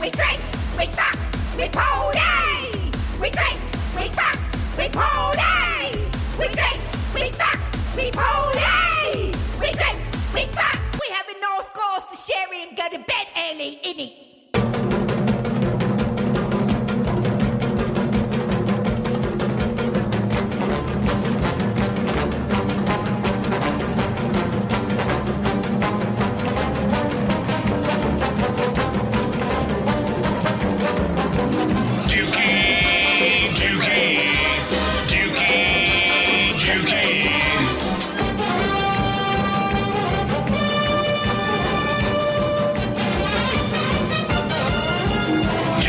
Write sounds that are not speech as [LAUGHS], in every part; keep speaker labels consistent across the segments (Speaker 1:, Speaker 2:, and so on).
Speaker 1: we drink, we fuck, we party. We drink, we fuck, we party. We drink, we fuck, we party. We drink, we fuck. We having no scores to share and go to bed early, innit?
Speaker 2: Dookie, Dookie, Dookie, Dookie.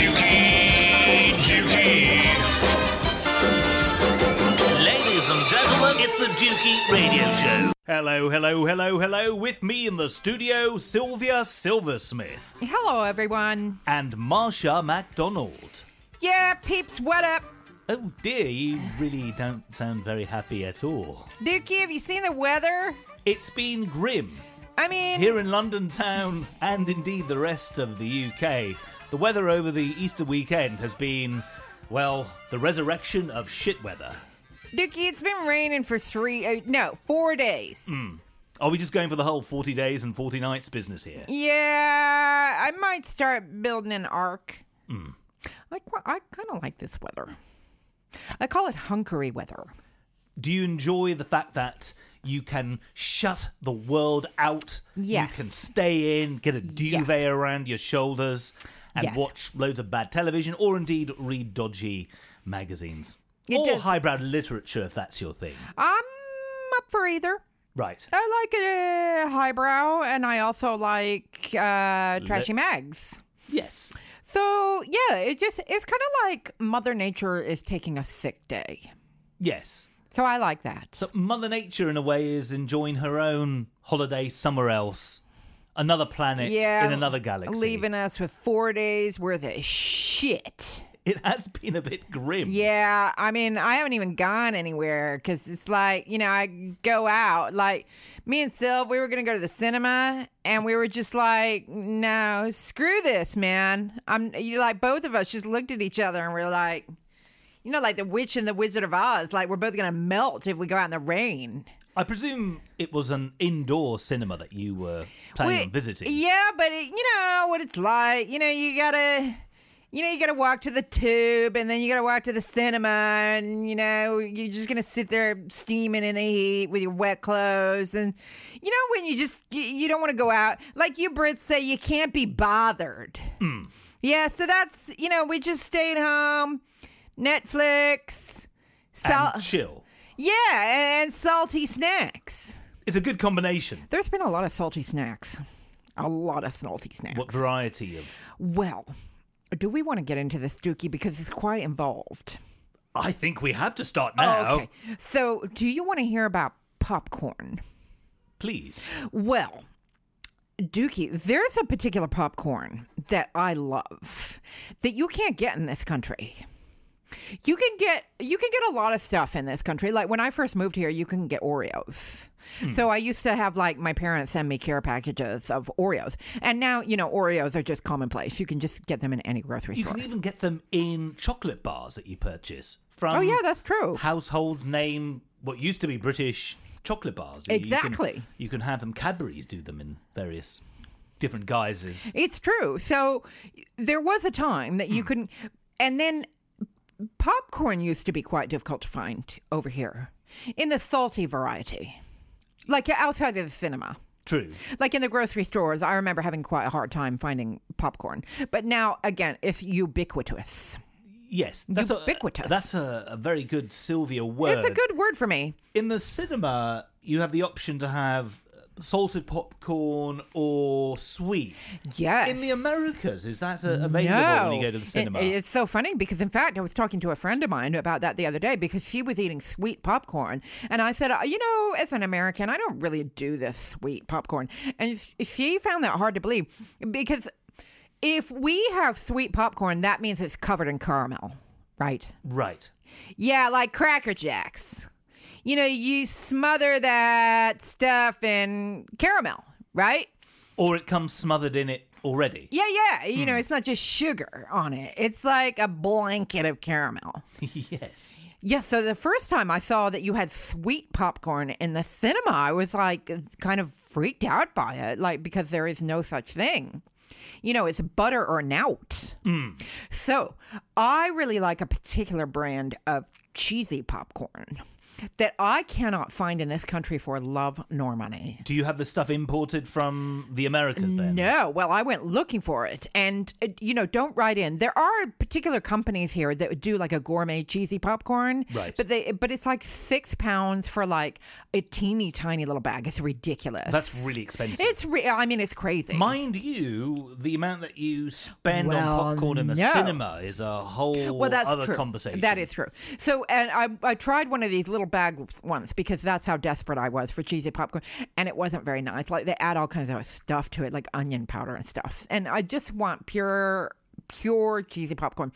Speaker 2: Dookie, Dookie.
Speaker 3: Ladies and gentlemen, it's the Dookie Radio Show. Hello, hello, hello, hello. With me in the studio, Sylvia Silversmith
Speaker 4: Hello, everyone.
Speaker 3: and Marsha MacDonald.
Speaker 4: Yeah, peeps, what up?
Speaker 3: Oh dear, you really don't sound very happy at all.
Speaker 4: Dookie, have you seen the weather?
Speaker 3: It's been grim
Speaker 4: I mean,
Speaker 3: here in London town and indeed the rest of the UK. The weather over the Easter weekend has been, well, the resurrection of shit weather.
Speaker 4: Dookie, it's been raining for three, uh, no, four days.
Speaker 3: Are we just going for the whole 40 days and 40 nights business here?
Speaker 4: Yeah, I might start building an ark. Like, well, I kind of like this weather. I call it hunkery weather.
Speaker 3: Do you enjoy the fact that you can shut the world out?
Speaker 4: Yes.
Speaker 3: You can stay in, get a duvet around your shoulders, and
Speaker 4: Yes.
Speaker 3: watch loads of bad television, or indeed read dodgy magazines.
Speaker 4: It
Speaker 3: or
Speaker 4: does.
Speaker 3: highbrow literature, if that's your thing.
Speaker 4: I'm up for either.
Speaker 3: Right.
Speaker 4: I like a highbrow, and I also like uh, trashy mags.
Speaker 3: Yes.
Speaker 4: So yeah, it just it's kind of like Mother Nature is taking a sick day.
Speaker 3: Yes.
Speaker 4: So I like that.
Speaker 3: So Mother Nature, in a way, is enjoying her own holiday somewhere else, another planet
Speaker 4: yeah,
Speaker 3: in another galaxy.
Speaker 4: leaving us with four days worth of shit.
Speaker 3: It has been a bit grim.
Speaker 4: Yeah, I mean, I haven't even gone anywhere because it's like you know I go out like me and Sylv, we were gonna go to the cinema and we were just like, no, screw this, man. I'm you like both of us just looked at each other and we're like. You know, like the witch and the Wizard of Oz, like we're both gonna melt if we go out in the rain.
Speaker 3: I presume it was an indoor cinema that you were planning
Speaker 4: Wait,
Speaker 3: on visiting.
Speaker 4: Yeah, but it, you know what it's like. You know, you gotta, you know, you gotta walk to the tube, and then you gotta walk to the cinema, and you know, you're just gonna sit there steaming in the heat with your wet clothes, and you know, when you just you, you don't want to go out, like you Brits say, you can't be bothered.
Speaker 3: Mm.
Speaker 4: Yeah, so that's you know, we just stayed home, Netflix, sal-
Speaker 3: And chill.
Speaker 4: yeah, and salty snacks.
Speaker 3: It's a good combination.
Speaker 4: There's been a lot of salty snacks. A lot of salty snacks.
Speaker 3: What variety of?
Speaker 4: Well, do we want to get into this, Dookie? Because it's quite involved.
Speaker 3: I think we have to start now.
Speaker 4: Oh, Okay. So, do you want to hear about popcorn?
Speaker 3: Please.
Speaker 4: Well, Dookie, there's a particular popcorn that I love that you can't get in this country. You can get you can get a lot of stuff in this country. Like when I first moved here, you can get Oreos. So I used to have like my parents send me care packages of Oreos. And now, you know, Oreos are just commonplace. You can just get them in any grocery
Speaker 3: You
Speaker 4: store.
Speaker 3: can even get them in chocolate bars that you purchase from.
Speaker 4: Oh, yeah, that's true.
Speaker 3: Household name, what used to be British chocolate bars. You- you can- You
Speaker 4: Exactly.
Speaker 3: can, have them. Cadbury's do them in various different guises.
Speaker 4: It's true. So there was a time that
Speaker 3: Hmm.
Speaker 4: you couldn't, and then popcorn used to be quite difficult to find over here in the salty variety, like outside of the cinema.
Speaker 3: True.
Speaker 4: Like in the grocery stores, I remember having quite a hard time finding popcorn. But now, again, it's ubiquitous.
Speaker 3: Yes. That's
Speaker 4: Ubiquitous.
Speaker 3: A, that's a, a very good Sylvia word.
Speaker 4: It's a good word for me.
Speaker 3: in the cinema, you have the option to have salted popcorn or sweet.
Speaker 4: Yes.
Speaker 3: In the Americas, is that uh, available when you go to the
Speaker 4: It-
Speaker 3: cinema?
Speaker 4: it's so funny because, in fact, I was talking to a friend of mine about that the other day because she was eating sweet popcorn. And I said, "Uh, You know, as an American, I don't really do this sweet popcorn. And sh- she found that hard to believe because if we have sweet popcorn, that means it's covered in caramel, right?
Speaker 3: right.
Speaker 4: Yeah, like Cracker Jacks. You know, you smother that stuff in caramel, right?
Speaker 3: or it comes smothered in it
Speaker 4: [LAUGHS]
Speaker 3: already.
Speaker 4: Yeah, yeah. You know, it's not just sugar on it. It's like a blanket of caramel.
Speaker 3: yes.
Speaker 4: Yeah, so the first time I saw that you had sweet popcorn in the cinema, I was like kind of freaked out by it, like because there is no such thing. You know, it's butter or nout. So I really like a particular brand of cheesy popcorn that I cannot find in this country for love nor money.
Speaker 3: Do you have the stuff imported from the Americas then?
Speaker 4: No, well, I went looking for it, and uh, you know, don't write in. There are particular companies here that do like a gourmet cheesy popcorn,
Speaker 3: Right.
Speaker 4: But they, but it's like six pounds for like a teeny tiny little bag. It's ridiculous.
Speaker 3: That's really expensive.
Speaker 4: it's re- I mean, it's crazy.
Speaker 3: Mind you, the amount that you spend
Speaker 4: Well,
Speaker 3: on popcorn in the
Speaker 4: no.
Speaker 3: cinema is a whole
Speaker 4: well, that's
Speaker 3: other
Speaker 4: true.
Speaker 3: conversation.
Speaker 4: That is true. So, and I, I tried one of these little bags once because that's how desperate I was for cheesy popcorn, and it wasn't very nice. Like they add all kinds of stuff to it, like onion powder and stuff. And I just want pure, pure cheesy popcorn.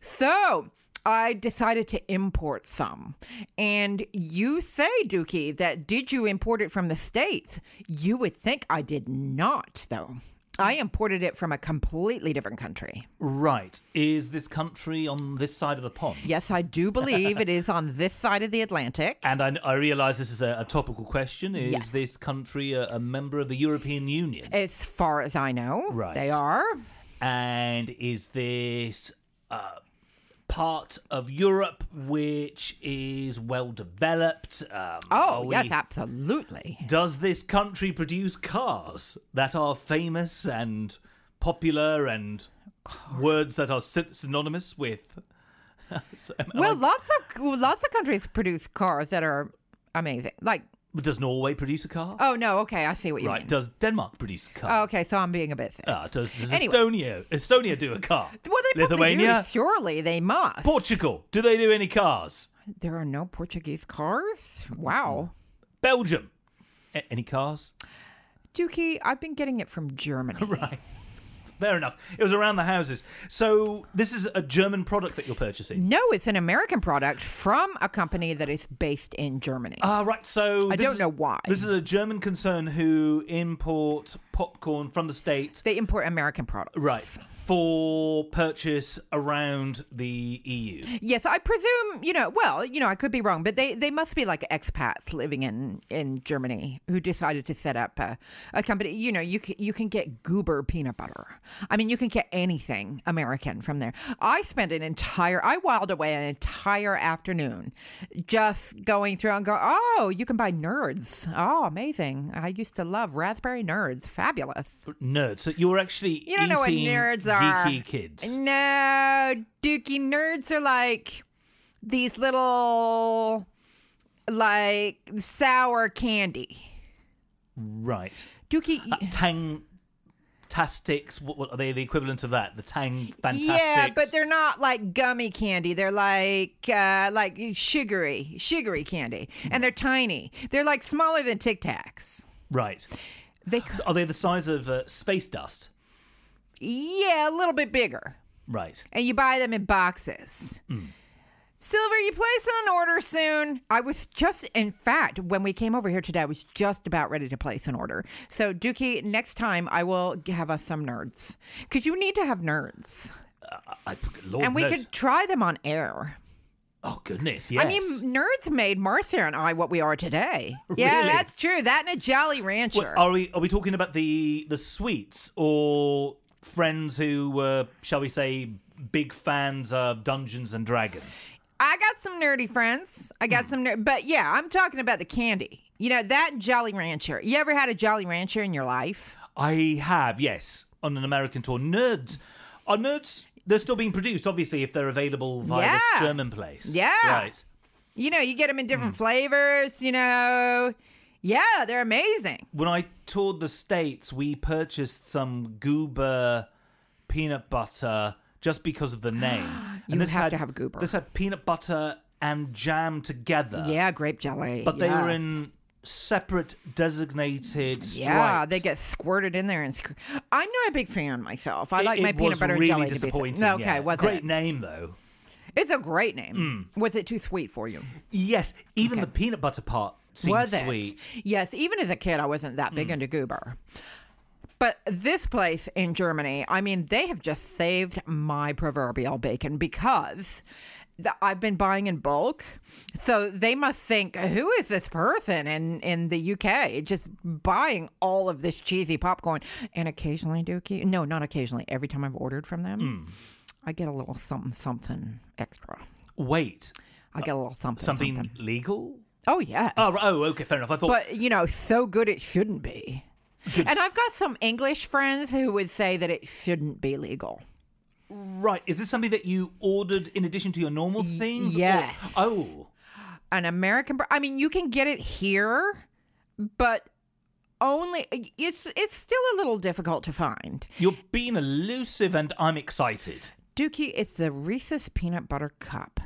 Speaker 4: So. I decided to import some. And you say, Dookie, that did you import it from the States? You would think I did not, though. I imported it from a completely different country.
Speaker 3: Right. Is this country on this side of the pond?
Speaker 4: Yes, I do believe it is on this side of the Atlantic.
Speaker 3: And I, I realise this is a, a topical question. Is
Speaker 4: Yeah. Uh,
Speaker 3: this country a, a member of the European Union?
Speaker 4: As far as I know,
Speaker 3: Right.
Speaker 4: they are.
Speaker 3: and is this uh, part of Europe which is well developed? Um, are
Speaker 4: Oh,
Speaker 3: we-
Speaker 4: yes, absolutely.
Speaker 3: Does this country produce cars that are famous and popular and words that are sy- synonymous with? So, am I-
Speaker 4: Well, lots of lots of countries produce cars that are amazing. Like,
Speaker 3: does Norway produce a car?
Speaker 4: oh no, okay, I see what you
Speaker 3: right.
Speaker 4: mean.
Speaker 3: Does Denmark produce a car?
Speaker 4: Oh, okay, so I'm being a bit. Thick.
Speaker 3: Ah, does does
Speaker 4: Anyway.
Speaker 3: Estonia Estonia do a car?
Speaker 4: well, they probably
Speaker 3: Lithuania,
Speaker 4: do. Surely they must.
Speaker 3: Portugal. Do they do any cars?
Speaker 4: there are no Portuguese cars.
Speaker 3: Mm.
Speaker 4: Wow,
Speaker 3: Belgium. A- any cars?
Speaker 4: Dookie, I've been getting it from Germany.
Speaker 3: [LAUGHS] Right. Fair enough. It was around the houses. So this is a German product that you're purchasing.
Speaker 4: No, it's an American product from a company that is based in Germany.
Speaker 3: Ah, right. So
Speaker 4: I
Speaker 3: this
Speaker 4: don't
Speaker 3: is-
Speaker 4: know why.
Speaker 3: This is a German concern who import popcorn from the states.
Speaker 4: they import American products.
Speaker 3: Right. For purchase around the E EU.
Speaker 4: Yes, I presume you know. Well, you know, I could be wrong, but they they must be like expats living in in Germany who decided to set up a, a company. You know, you can, you can get Goober peanut butter. I mean, you can get anything American from there. I spent an entire I whiled away an entire afternoon just going through and go, oh, you can buy nerds. Oh, amazing! I used to love raspberry nerds. Fabulous.
Speaker 3: Nerds. So you're actually
Speaker 4: You don't know what
Speaker 3: eating
Speaker 4: nerds are.
Speaker 3: Geeky kids.
Speaker 4: No, Dookie nerds are like these little like sour candy. Uh,
Speaker 3: Right.
Speaker 4: Dookie
Speaker 3: Tang. Tastics, what, what are they the equivalent of that? The Tang Fantastics?
Speaker 4: Yeah, but they're not like gummy candy. They're like uh like sugary, sugary candy. And they're tiny. They're like smaller than Tic Tacs.
Speaker 3: Right.
Speaker 4: They
Speaker 3: Are they the size of uh, space dust?
Speaker 4: Yeah, a little bit bigger.
Speaker 3: Right.
Speaker 4: and you buy them in boxes.
Speaker 3: Mm.
Speaker 4: Silver, you placing an order soon. I was just, in fact, when we came over here today, I was just about ready to place an order. So, Dookie, next time I will g- have us some nerds because you need to have nerds,
Speaker 3: I, oh, Lord
Speaker 4: and we
Speaker 3: knows.
Speaker 4: could try them on air.
Speaker 3: Oh goodness, yes.
Speaker 4: I mean, nerds made Martha and I what we
Speaker 3: [LAUGHS]
Speaker 4: are today. Yeah,
Speaker 3: Really?
Speaker 4: that's true. That and a Jolly Rancher.
Speaker 3: are we are we talking about the the sweets or friends who were, shall we say, big fans of Dungeons and Dragons?
Speaker 4: I got some nerdy friends. I got some, ner- but yeah, I'm talking about the candy. You know that Jolly Rancher. You ever had a Jolly Rancher in your life?
Speaker 3: I have, yes, on an American tour. Nerds are nerds. They're still being produced, obviously, if they're available via
Speaker 4: Yeah.
Speaker 3: the Sherman Place.
Speaker 4: Yeah.
Speaker 3: Right.
Speaker 4: You know, you get them in different
Speaker 3: Mm.
Speaker 4: flavors, you know. Yeah, they're amazing.
Speaker 3: When I toured the states, we purchased some Goober peanut butter just because
Speaker 4: [GASPS]
Speaker 3: of the name.
Speaker 4: You have to have Goober.
Speaker 3: This had peanut butter and jam together.
Speaker 4: Yeah, grape jelly.
Speaker 3: Uh, But they were
Speaker 4: yeah.
Speaker 3: in separate designated stripes.
Speaker 4: Yeah, they get squirted in there, and squ- I'm not a big fan myself. I
Speaker 3: It-
Speaker 4: like
Speaker 3: it
Speaker 4: my peanut
Speaker 3: was
Speaker 4: butter
Speaker 3: really
Speaker 4: and jelly.
Speaker 3: Disappointing.
Speaker 4: To be okay,
Speaker 3: yeah.
Speaker 4: was
Speaker 3: great Mm.
Speaker 4: it?
Speaker 3: name though.
Speaker 4: It's a great name. Was it too sweet for you?
Speaker 3: Yes, even the peanut butter part seemed
Speaker 4: was
Speaker 3: sweet. Hmm.
Speaker 4: it? Yes. Even as a kid, I wasn't that big into goober. But this place in Germany, I mean, they have just saved my proverbial bacon because the, I've been buying in bulk. So they must think, who is this person in, in the UK just buying all of this cheesy popcorn? And occasionally, do oca- no, not occasionally. Every time I've ordered from
Speaker 3: Hmm.
Speaker 4: them, I get a little something, something extra.
Speaker 3: Wait,
Speaker 4: I get a little something,
Speaker 3: something,
Speaker 4: something.
Speaker 3: legal?
Speaker 4: Oh yeah.
Speaker 3: Oh, right. oh, okay, fair enough. I thought.
Speaker 4: but you know, so good it shouldn't be. And I've got some English friends who would say that it shouldn't be legal.
Speaker 3: right, is this something that you ordered in addition to your normal things? or-
Speaker 4: yes.
Speaker 3: oh,
Speaker 4: An American, br- I mean, you can get it here, but only it's it's still a little difficult to find.
Speaker 3: you're being elusive, and I'm excited.
Speaker 4: Dookie, it's the Reese's peanut butter cup.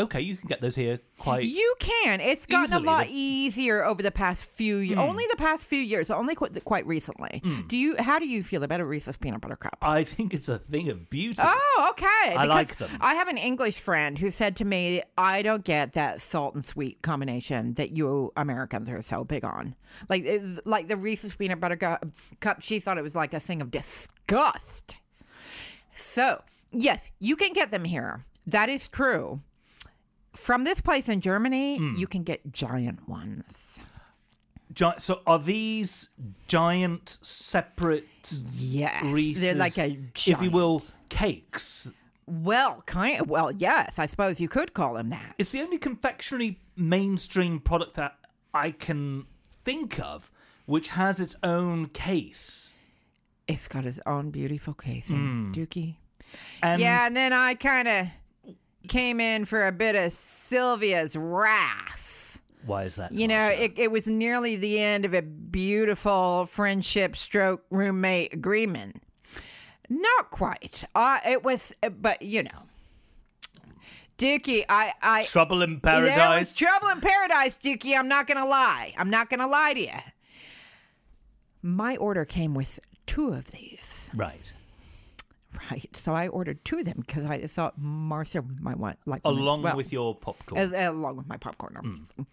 Speaker 3: Okay, you can get those here quite.
Speaker 4: You can. It's gotten
Speaker 3: Easily,
Speaker 4: a lot
Speaker 3: the-
Speaker 4: easier over the past few years. Only the past few years. Only quite, quite recently. Do you? How do you feel about a Reese's peanut butter cup?
Speaker 3: I think it's a thing of beauty.
Speaker 4: Oh, okay.
Speaker 3: I
Speaker 4: because
Speaker 3: like them.
Speaker 4: I have an English friend who said to me, "I don't get that salt and sweet combination that you Americans are so big on. Like, it- like the Reese's peanut butter cu- cup. She thought it was like a thing of disgust. So, yes, you can get them here. That is true. From this place in Germany,
Speaker 3: Mm.
Speaker 4: you can get giant ones.
Speaker 3: Gi- so are these giant separate
Speaker 4: Yes,
Speaker 3: Reese's,
Speaker 4: they're like a
Speaker 3: if you will, cakes?
Speaker 4: Well, kind of, well, yes, I suppose you could call them that.
Speaker 3: It's the only confectionery mainstream product that I can think of which has its own case.
Speaker 4: It's got its own beautiful casing, Dookie.
Speaker 3: And
Speaker 4: Yeah, and then I kind of came in for a bit of Sylvia's wrath.
Speaker 3: why is that?
Speaker 4: You know, it, it was nearly the end of a beautiful friendship stroke roommate agreement. Not quite. Uh, it was, uh, but you know, Dookie, I, I,
Speaker 3: trouble in
Speaker 4: there was
Speaker 3: paradise.
Speaker 4: trouble in paradise, Dookie. I'm not gonna lie. I'm not gonna lie to you. My order came with two of these.
Speaker 3: right.
Speaker 4: Right. So I ordered two of them because I thought Martha might want like them
Speaker 3: Along
Speaker 4: as well.
Speaker 3: with your Mm. popcorn.
Speaker 4: As- along with my popcorn, obviously.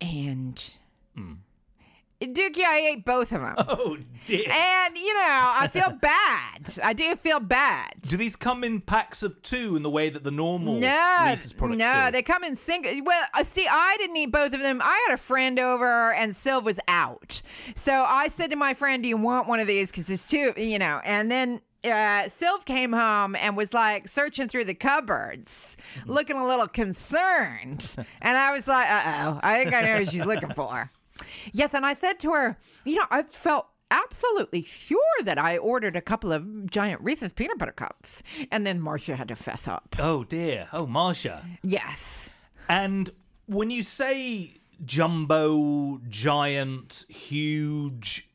Speaker 4: and
Speaker 3: Mm.
Speaker 4: Dookie, I ate
Speaker 3: [LAUGHS]
Speaker 4: both of them,
Speaker 3: [LAUGHS] oh dear.
Speaker 4: and you know I feel bad. I do feel bad.
Speaker 3: Do these come in packs of two in the way that the normal
Speaker 4: No,
Speaker 3: Reese's products
Speaker 4: no,
Speaker 3: do?
Speaker 4: they come in single. Well, uh, see, I didn't eat both of them. I had a friend over, and Sylv was out, so I said to my friend, "Do you want one of these? Because there's two, you know." And then uh, Sylv came home and was like searching through the cupboards,
Speaker 3: Mm-hmm.
Speaker 4: looking a
Speaker 3: [LAUGHS]
Speaker 4: little concerned, and I was like, "Uh oh, I think I know what she's looking for." Yes, and I said to her, "You know, I felt." Absolutely sure that I ordered a couple of giant Reese's peanut butter cups. And then Marcia had to fess up.
Speaker 3: Oh dear. Oh, Marsha.
Speaker 4: Yes.
Speaker 3: And when you say jumbo, giant, huge,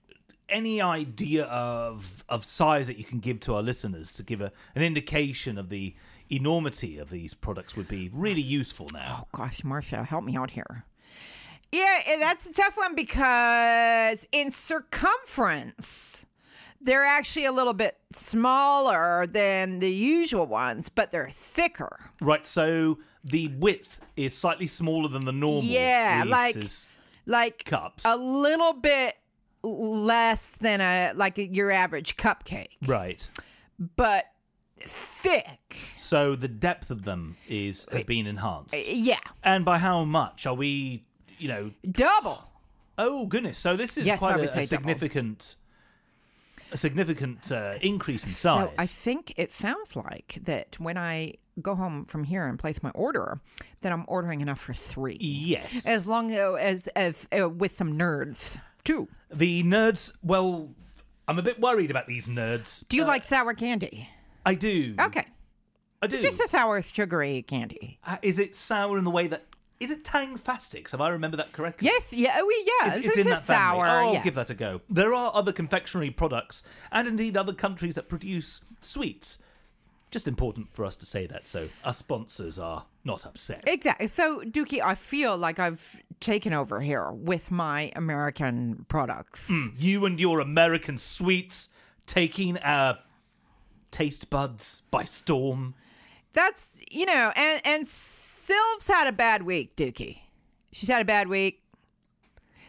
Speaker 3: any idea of of size that you can give to our listeners to give a, an indication of the enormity of these products would be really useful now.
Speaker 4: Oh, Gosh, Marcia, help me out here. Yeah, eh, that's a tough one because in circumference, they're actually a little bit smaller than the usual ones, but they're thicker.
Speaker 3: Right, so the width is slightly smaller than the normal.
Speaker 4: Yeah, like-
Speaker 3: Reese's.
Speaker 4: Like
Speaker 3: Cups.
Speaker 4: a little bit less than a like your average cupcake,
Speaker 3: right.
Speaker 4: but thick.
Speaker 3: So the depth of them is has been enhanced.
Speaker 4: Yeah,
Speaker 3: And by how much are we? You know,
Speaker 4: double.
Speaker 3: Oh goodness! So this is
Speaker 4: Yes, I
Speaker 3: quite a,
Speaker 4: would
Speaker 3: a
Speaker 4: say double.
Speaker 3: significant, a significant uh, increase in size.
Speaker 4: So I think it sounds like that when I go home from here and place my order, that I'm ordering enough for three,
Speaker 3: yes,
Speaker 4: as long a- as as uh, with some nerds too.
Speaker 3: the nerds. Well, I'm a bit worried about these nerds. Uh,
Speaker 4: Do you like sour candy?
Speaker 3: I do.
Speaker 4: Okay,
Speaker 3: I do.
Speaker 4: just a sour sugary candy.
Speaker 3: Uh, Is it sour in the way that is it Tang Fastics? If I remember that correctly.
Speaker 4: Yes, yeah, oh, we yeah,
Speaker 3: It's,
Speaker 4: this
Speaker 3: in
Speaker 4: is
Speaker 3: that
Speaker 4: sour.
Speaker 3: family. Oh, I'll
Speaker 4: yeah.
Speaker 3: give that a go. There are other confectionery products, and indeed other countries that produce sweets. Just important for us to say that, so our sponsors are not upset.
Speaker 4: Exactly. So, Dookie, I feel like I've taken over here with my American products.
Speaker 3: Mm. you and your American sweets taking our taste buds by storm.
Speaker 4: That's you know, and and Sylve's had a bad week, Dookie. She's had a bad week.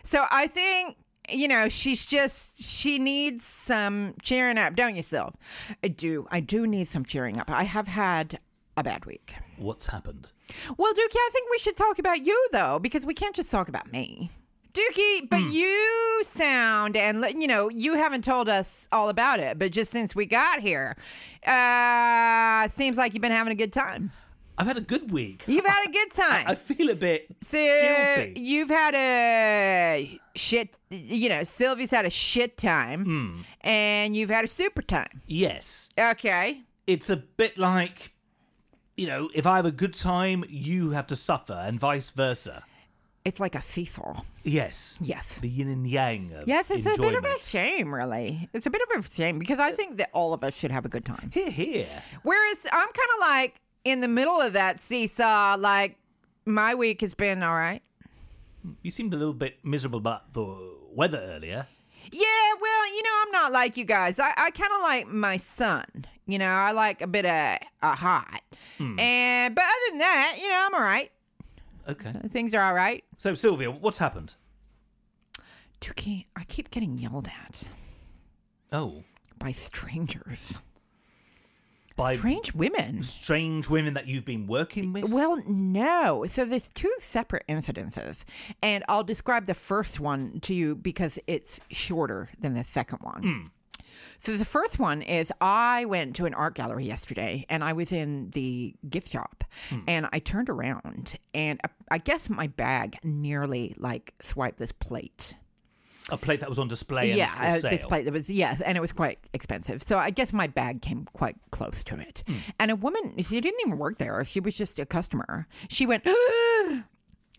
Speaker 4: So I think you know, she's just she needs some cheering up, don't you, Sylv? I do. I do need some cheering up. I have had a bad week.
Speaker 3: What's happened?
Speaker 4: Well, Dookie, I think we should talk about you though, because we can't just talk about me. Dookie, but you sound and let- you know you haven't told us all about it, but just since we got here, uh, seems like you've been having a good time.
Speaker 3: I've had a good week.
Speaker 4: You've had a good time.
Speaker 3: I feel a bit
Speaker 4: So
Speaker 3: guilty.
Speaker 4: you've had a shit, you know, Sylvie's had a shit time,
Speaker 3: Hmm.
Speaker 4: and you've had a super time.
Speaker 3: Yes,
Speaker 4: Okay.
Speaker 3: it's a bit like, you know, if I have a good time, you have to suffer, and vice versa.
Speaker 4: It's like a seesaw.
Speaker 3: Yes.
Speaker 4: Yes.
Speaker 3: The yin and yang of
Speaker 4: Yes, it's
Speaker 3: enjoyment. Uh,
Speaker 4: a bit of a shame, really. It's a bit of a shame because I think that all of us should have a good time.
Speaker 3: Here, here.
Speaker 4: Whereas I'm kind of like in the middle of that seesaw, like my week has been all right.
Speaker 3: You seemed a little bit miserable about the weather earlier.
Speaker 4: Yeah, well, you know, I'm not like you guys. I, I kind of like my sun. You know, I like a bit of a hot. And but other than that, you know, I'm all right.
Speaker 3: Okay.
Speaker 4: Things are all right.
Speaker 3: So, Sylvia, what's happened?
Speaker 4: Dookie, I keep getting yelled at
Speaker 3: Oh,
Speaker 4: by strangers,
Speaker 3: by
Speaker 4: strange women.
Speaker 3: strange women that you've been working with?
Speaker 4: Well, no. So there's two separate incidences, and I'll describe the first one to you because it's shorter than the second one. So the first one is I went to an art gallery yesterday, and I was in the gift shop, and I turned around, and I- I guess my bag nearly like swiped this plate
Speaker 3: A plate that was on display and
Speaker 4: yeah,
Speaker 3: for
Speaker 4: uh,
Speaker 3: sale.
Speaker 4: display that was yes, and it was quite expensive. So I guess my bag came quite close to it.
Speaker 3: Hmm.
Speaker 4: And a woman, she didn't even work there; she was just a customer. She went, [GASPS]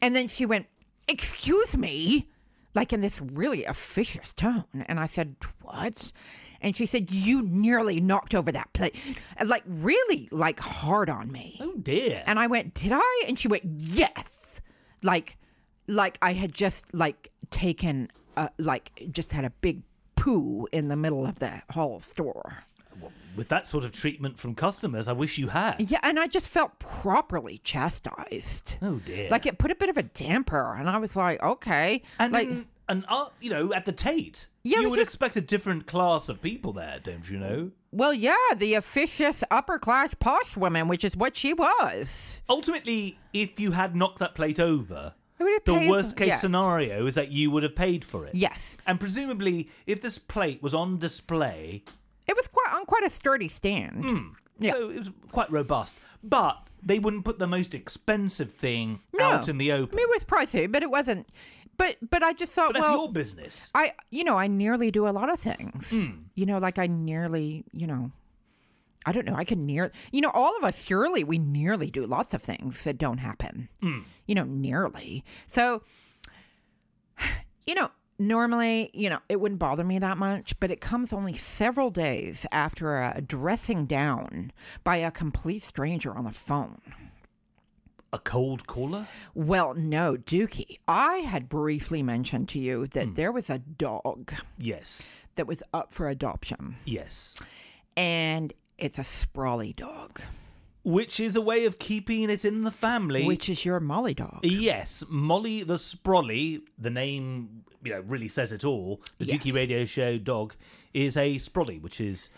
Speaker 4: and then she went, "Excuse me," like in this really officious tone. And I said, "What?" And she said, "You nearly knocked over that plate, And, like really, like hard on me."
Speaker 3: Oh dear.
Speaker 4: And I went, "Did I?" And she went, "Yes." Like like I had just like taken a, like just had a big poo in the middle of the whole store.
Speaker 3: With that sort of treatment from customers, I wish you had.
Speaker 4: Yeah, and I just felt properly chastised.
Speaker 3: Oh dear.
Speaker 4: Like it put a bit of a damper and I was like, "Okay."
Speaker 3: and
Speaker 4: like
Speaker 3: in an art, you know, at the Tate,
Speaker 4: Yeah,
Speaker 3: you
Speaker 4: but
Speaker 3: would
Speaker 4: just-
Speaker 3: expect a different class of people there, don't you know?
Speaker 4: well, yeah, the officious upper-class posh woman, which is what she was.
Speaker 3: Ultimately, if you had knocked that plate over,
Speaker 4: I would have
Speaker 3: the
Speaker 4: paid-
Speaker 3: worst case
Speaker 4: yes.
Speaker 3: scenario is that you would have paid for it.
Speaker 4: Yes.
Speaker 3: And presumably, if this plate was on display,
Speaker 4: It was quite on quite a sturdy stand.
Speaker 3: Hmm,
Speaker 4: Yeah.
Speaker 3: so it was quite robust. But they wouldn't put the most expensive thing
Speaker 4: No.
Speaker 3: out in the
Speaker 4: I
Speaker 3: open.
Speaker 4: mean, it was pricey, but it wasn't. But but I just thought,
Speaker 3: but that's
Speaker 4: well,
Speaker 3: your business.
Speaker 4: I you know I nearly do a lot of things. You know, like I nearly you know, I don't know. I can near you know all of us surely we nearly do lots of things that don't happen. You know, nearly. So [SIGHS] you know. Normally, you know, it wouldn't bother me that much, but it comes only several days after a dressing down by a complete stranger on the phone.
Speaker 3: A cold caller?
Speaker 4: Well, no, Dookie. I had briefly mentioned to you that there was a dog
Speaker 3: Yes.
Speaker 4: that was up for adoption,
Speaker 3: Yes.
Speaker 4: and it's a sprawly dog,
Speaker 3: Which is a way of keeping it in the family.
Speaker 4: which is your Molly dog.
Speaker 3: Yes, Molly the Sprolly, the name you know really says it all. The
Speaker 4: Yes.
Speaker 3: Dookie Radio Show dog is a Sprolly, which is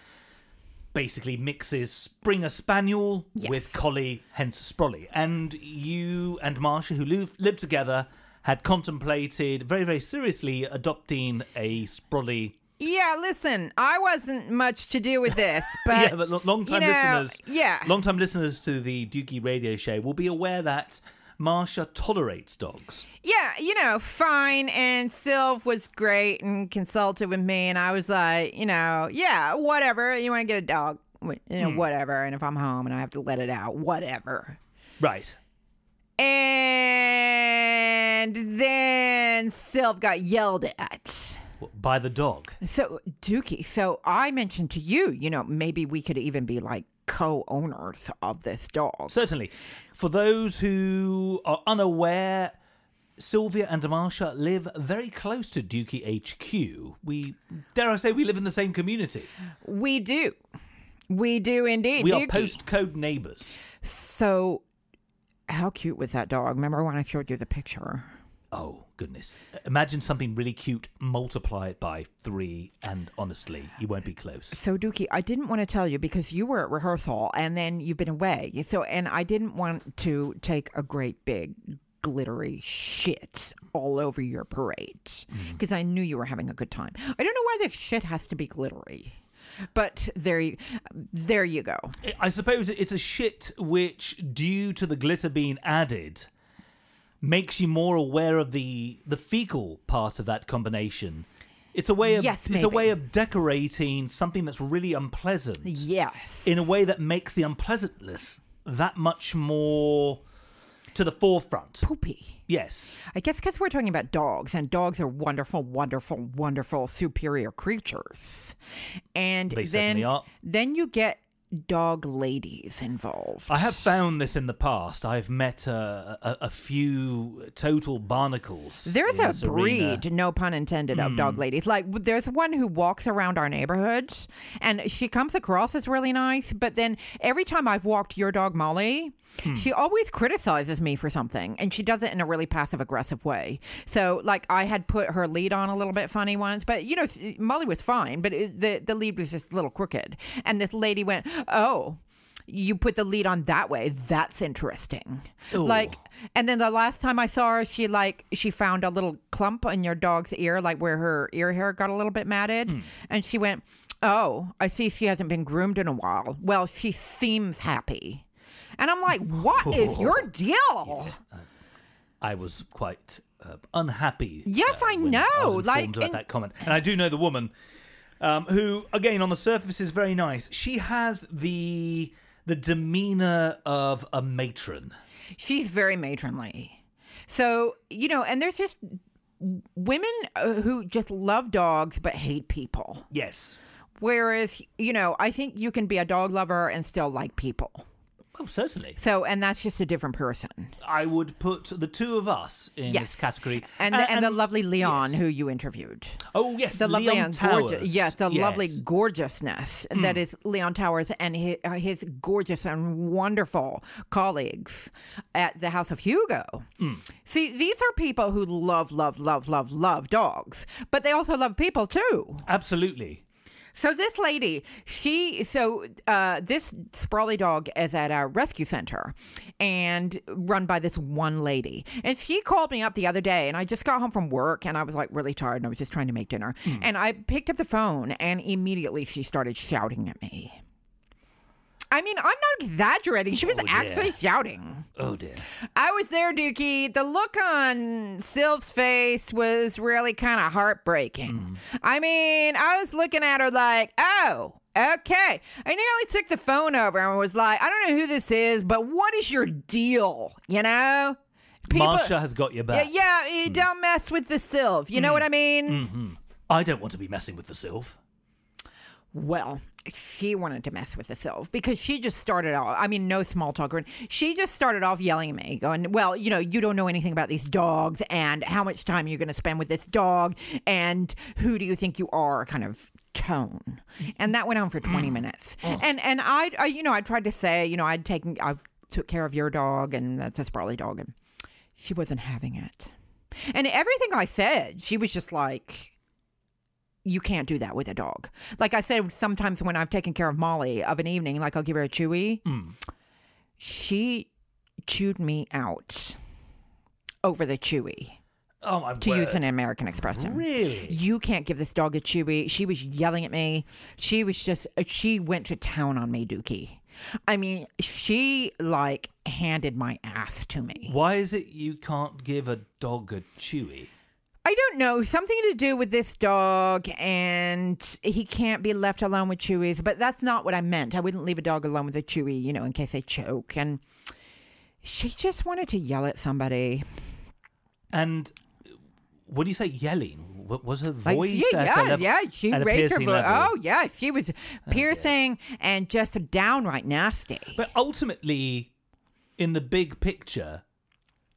Speaker 3: basically mixes Springer Spaniel
Speaker 4: Yes.
Speaker 3: with Collie, hence Sprolly. And you and Marcia, who live, live together, had contemplated very, very seriously adopting a Sprolly.
Speaker 4: Yeah, listen, I wasn't much to do with this, but
Speaker 3: yeah, but lo- long-time
Speaker 4: you know,
Speaker 3: listeners,
Speaker 4: yeah.
Speaker 3: long-time listeners to the Dookie Radio Show will be aware that Marcia tolerates dogs.
Speaker 4: yeah, you know, fine. And Sylv was great and consulted with me, and I was like, you know, yeah, whatever. You want to get a dog, wh- you know, whatever. And if I'm home and I have to let it out, whatever.
Speaker 3: Right.
Speaker 4: And then Sylv got yelled at.
Speaker 3: By the dog.
Speaker 4: So, Dookie, so I mentioned to you, you know, maybe we could even be like co owners of this dog.
Speaker 3: Certainly. For those who are unaware, Sylvia and Marcia live very close to Dookie HQ. We, dare I say, we live in the same community.
Speaker 4: We do. We do indeed.
Speaker 3: We are
Speaker 4: Dookie.
Speaker 3: postcode neighbours.
Speaker 4: So, how cute was that dog? Remember when I showed you the picture?
Speaker 3: Oh goodness! Imagine something really cute. Multiply it by three, and honestly, you won't be close.
Speaker 4: So Dookie, I didn't want to tell you because you were at rehearsal and then you've been away. So and I didn't want to take a great big glittery shit all over your parade
Speaker 3: Mm.
Speaker 4: because I knew you were having a good time. I don't know why this shit has to be glittery. But there you there you go.
Speaker 3: I suppose it's a shit which, due to the glitter being added, makes you more aware of the the fecal part of that combination. It's a way of
Speaker 4: Yes,
Speaker 3: it's a
Speaker 4: maybe.
Speaker 3: way of decorating something that's really unpleasant
Speaker 4: Yes.
Speaker 3: in a way that makes the unpleasantness that much more to the forefront.
Speaker 4: poopy.
Speaker 3: Yes.
Speaker 4: I guess because we're talking about dogs, and dogs are wonderful, wonderful, wonderful, superior creatures. And
Speaker 3: They certainly
Speaker 4: then,
Speaker 3: are.
Speaker 4: then you get dog ladies involved.
Speaker 3: I have found this in the past. I've met uh, a, a few total barnacles.
Speaker 4: There's
Speaker 3: in
Speaker 4: a
Speaker 3: this arena.
Speaker 4: breed, no pun intended, of dog ladies. Like w- there's one who walks around our neighborhood, and she comes across as really nice. But then every time I've walked your dog Molly, she always criticizes me for something, and she does it in a really passive aggressive way. So like I had put her lead on a little bit funny once, but you know s- Molly was fine, but it, the the lead was just a little crooked, and this lady went, "Oh." You put the lead on that way. That's interesting. Like, and then the last time I saw her, she like she found a little clump in your dog's ear, like where her ear hair got a little bit matted, and she went, "Oh, I see she hasn't been groomed in a while. Well, she seems happy." And I'm like, "What is your deal?"
Speaker 3: I was quite uh, unhappy.
Speaker 4: Yes,
Speaker 3: uh,
Speaker 4: I
Speaker 3: when I
Speaker 4: know,
Speaker 3: was informed
Speaker 4: like,
Speaker 3: about
Speaker 4: and-
Speaker 3: that comment, and I do know the woman, um, who again on the surface is very nice. She has the the demeanor of a matron.
Speaker 4: She's very matronly. So, you know, and there's just women uh, who just love dogs but hate people.
Speaker 3: Yes.
Speaker 4: Whereas, you know, I think you can be a dog lover and still like people.
Speaker 3: Oh, certainly.
Speaker 4: So, and that's just a different person.
Speaker 3: I would put the two of us in
Speaker 4: Yes.
Speaker 3: this category, Uh,
Speaker 4: And, the, and, the lovely Leon who you interviewed.
Speaker 3: oh yes,
Speaker 4: The lovely
Speaker 3: Leon
Speaker 4: and
Speaker 3: Towers.
Speaker 4: gorgeous, yes, the lovely
Speaker 3: Yes. Mm.
Speaker 4: gorgeousness that is Leon Towers and his, his gorgeous and wonderful colleagues at the House of Hugo.
Speaker 3: Mm.
Speaker 4: See, these are people who love, love, love, love, love dogs, but they also love people too.
Speaker 3: Absolutely.
Speaker 4: So this lady, she so uh, this sprawly dog is at a rescue center, and run by this one lady. And she called me up the other day, and I just got home from work, and I was like really tired, and I was just trying to make dinner. And I picked up the phone, and immediately she started shouting at me. I mean, I'm not exaggerating. She was
Speaker 3: Oh, dear.
Speaker 4: actually shouting.
Speaker 3: Oh dear.
Speaker 4: I was there, Dookie. The look on Sylve's face was really kind of heartbreaking. I mean, I was looking at her like, oh, okay. I nearly took the phone over and was like, I don't know who this is, but what is your deal? You know?
Speaker 3: Marsha has got your back.
Speaker 4: Yeah, yeah, you don't mess with the Sylve. You know what I mean?
Speaker 3: I don't want to be messing with the Sylph.
Speaker 4: Well, she wanted to mess with the Sylve because she just started off. I mean, no small talk. or- She just started off yelling at me, going, Well, you know, you don't know anything about these dogs and how much time you're going to spend with this dog and who do you think you are kind of tone. And that went on for 20 minutes. And, and I, I, you know, I tried to say, you know, I'd taken, I took care of your dog and that's a sprawly dog. And she wasn't having it. And everything I said, she was just like, you can't do that with a dog. Like I said, sometimes when I've taken care of Molly of an evening, like I'll give her a chewy, she chewed me out over the chewy,
Speaker 3: Oh my
Speaker 4: to
Speaker 3: word.
Speaker 4: use an American expression.
Speaker 3: Really?
Speaker 4: You can't give this dog a chewy. She was yelling at me. She was just, uh, she went to town on me, Dookie. I mean, she like handed my ass to me.
Speaker 3: Why is it you can't give a dog a chewy?
Speaker 4: I don't know. Something to do with this dog, and he can't be left alone with Chewies. But that's not what I meant. I wouldn't leave a dog alone with a Chewie, you know, in case they choke. And she just wanted to yell at somebody.
Speaker 3: And what do you say, yelling? What was her
Speaker 4: Like,
Speaker 3: voice?
Speaker 4: yeah,
Speaker 3: at
Speaker 4: yeah,
Speaker 3: a level-
Speaker 4: yeah. She
Speaker 3: at a
Speaker 4: raised her
Speaker 3: piercing
Speaker 4: voice.
Speaker 3: level? Oh,
Speaker 4: Oh, yeah. She was piercing and just downright nasty.
Speaker 3: But ultimately, in the big picture,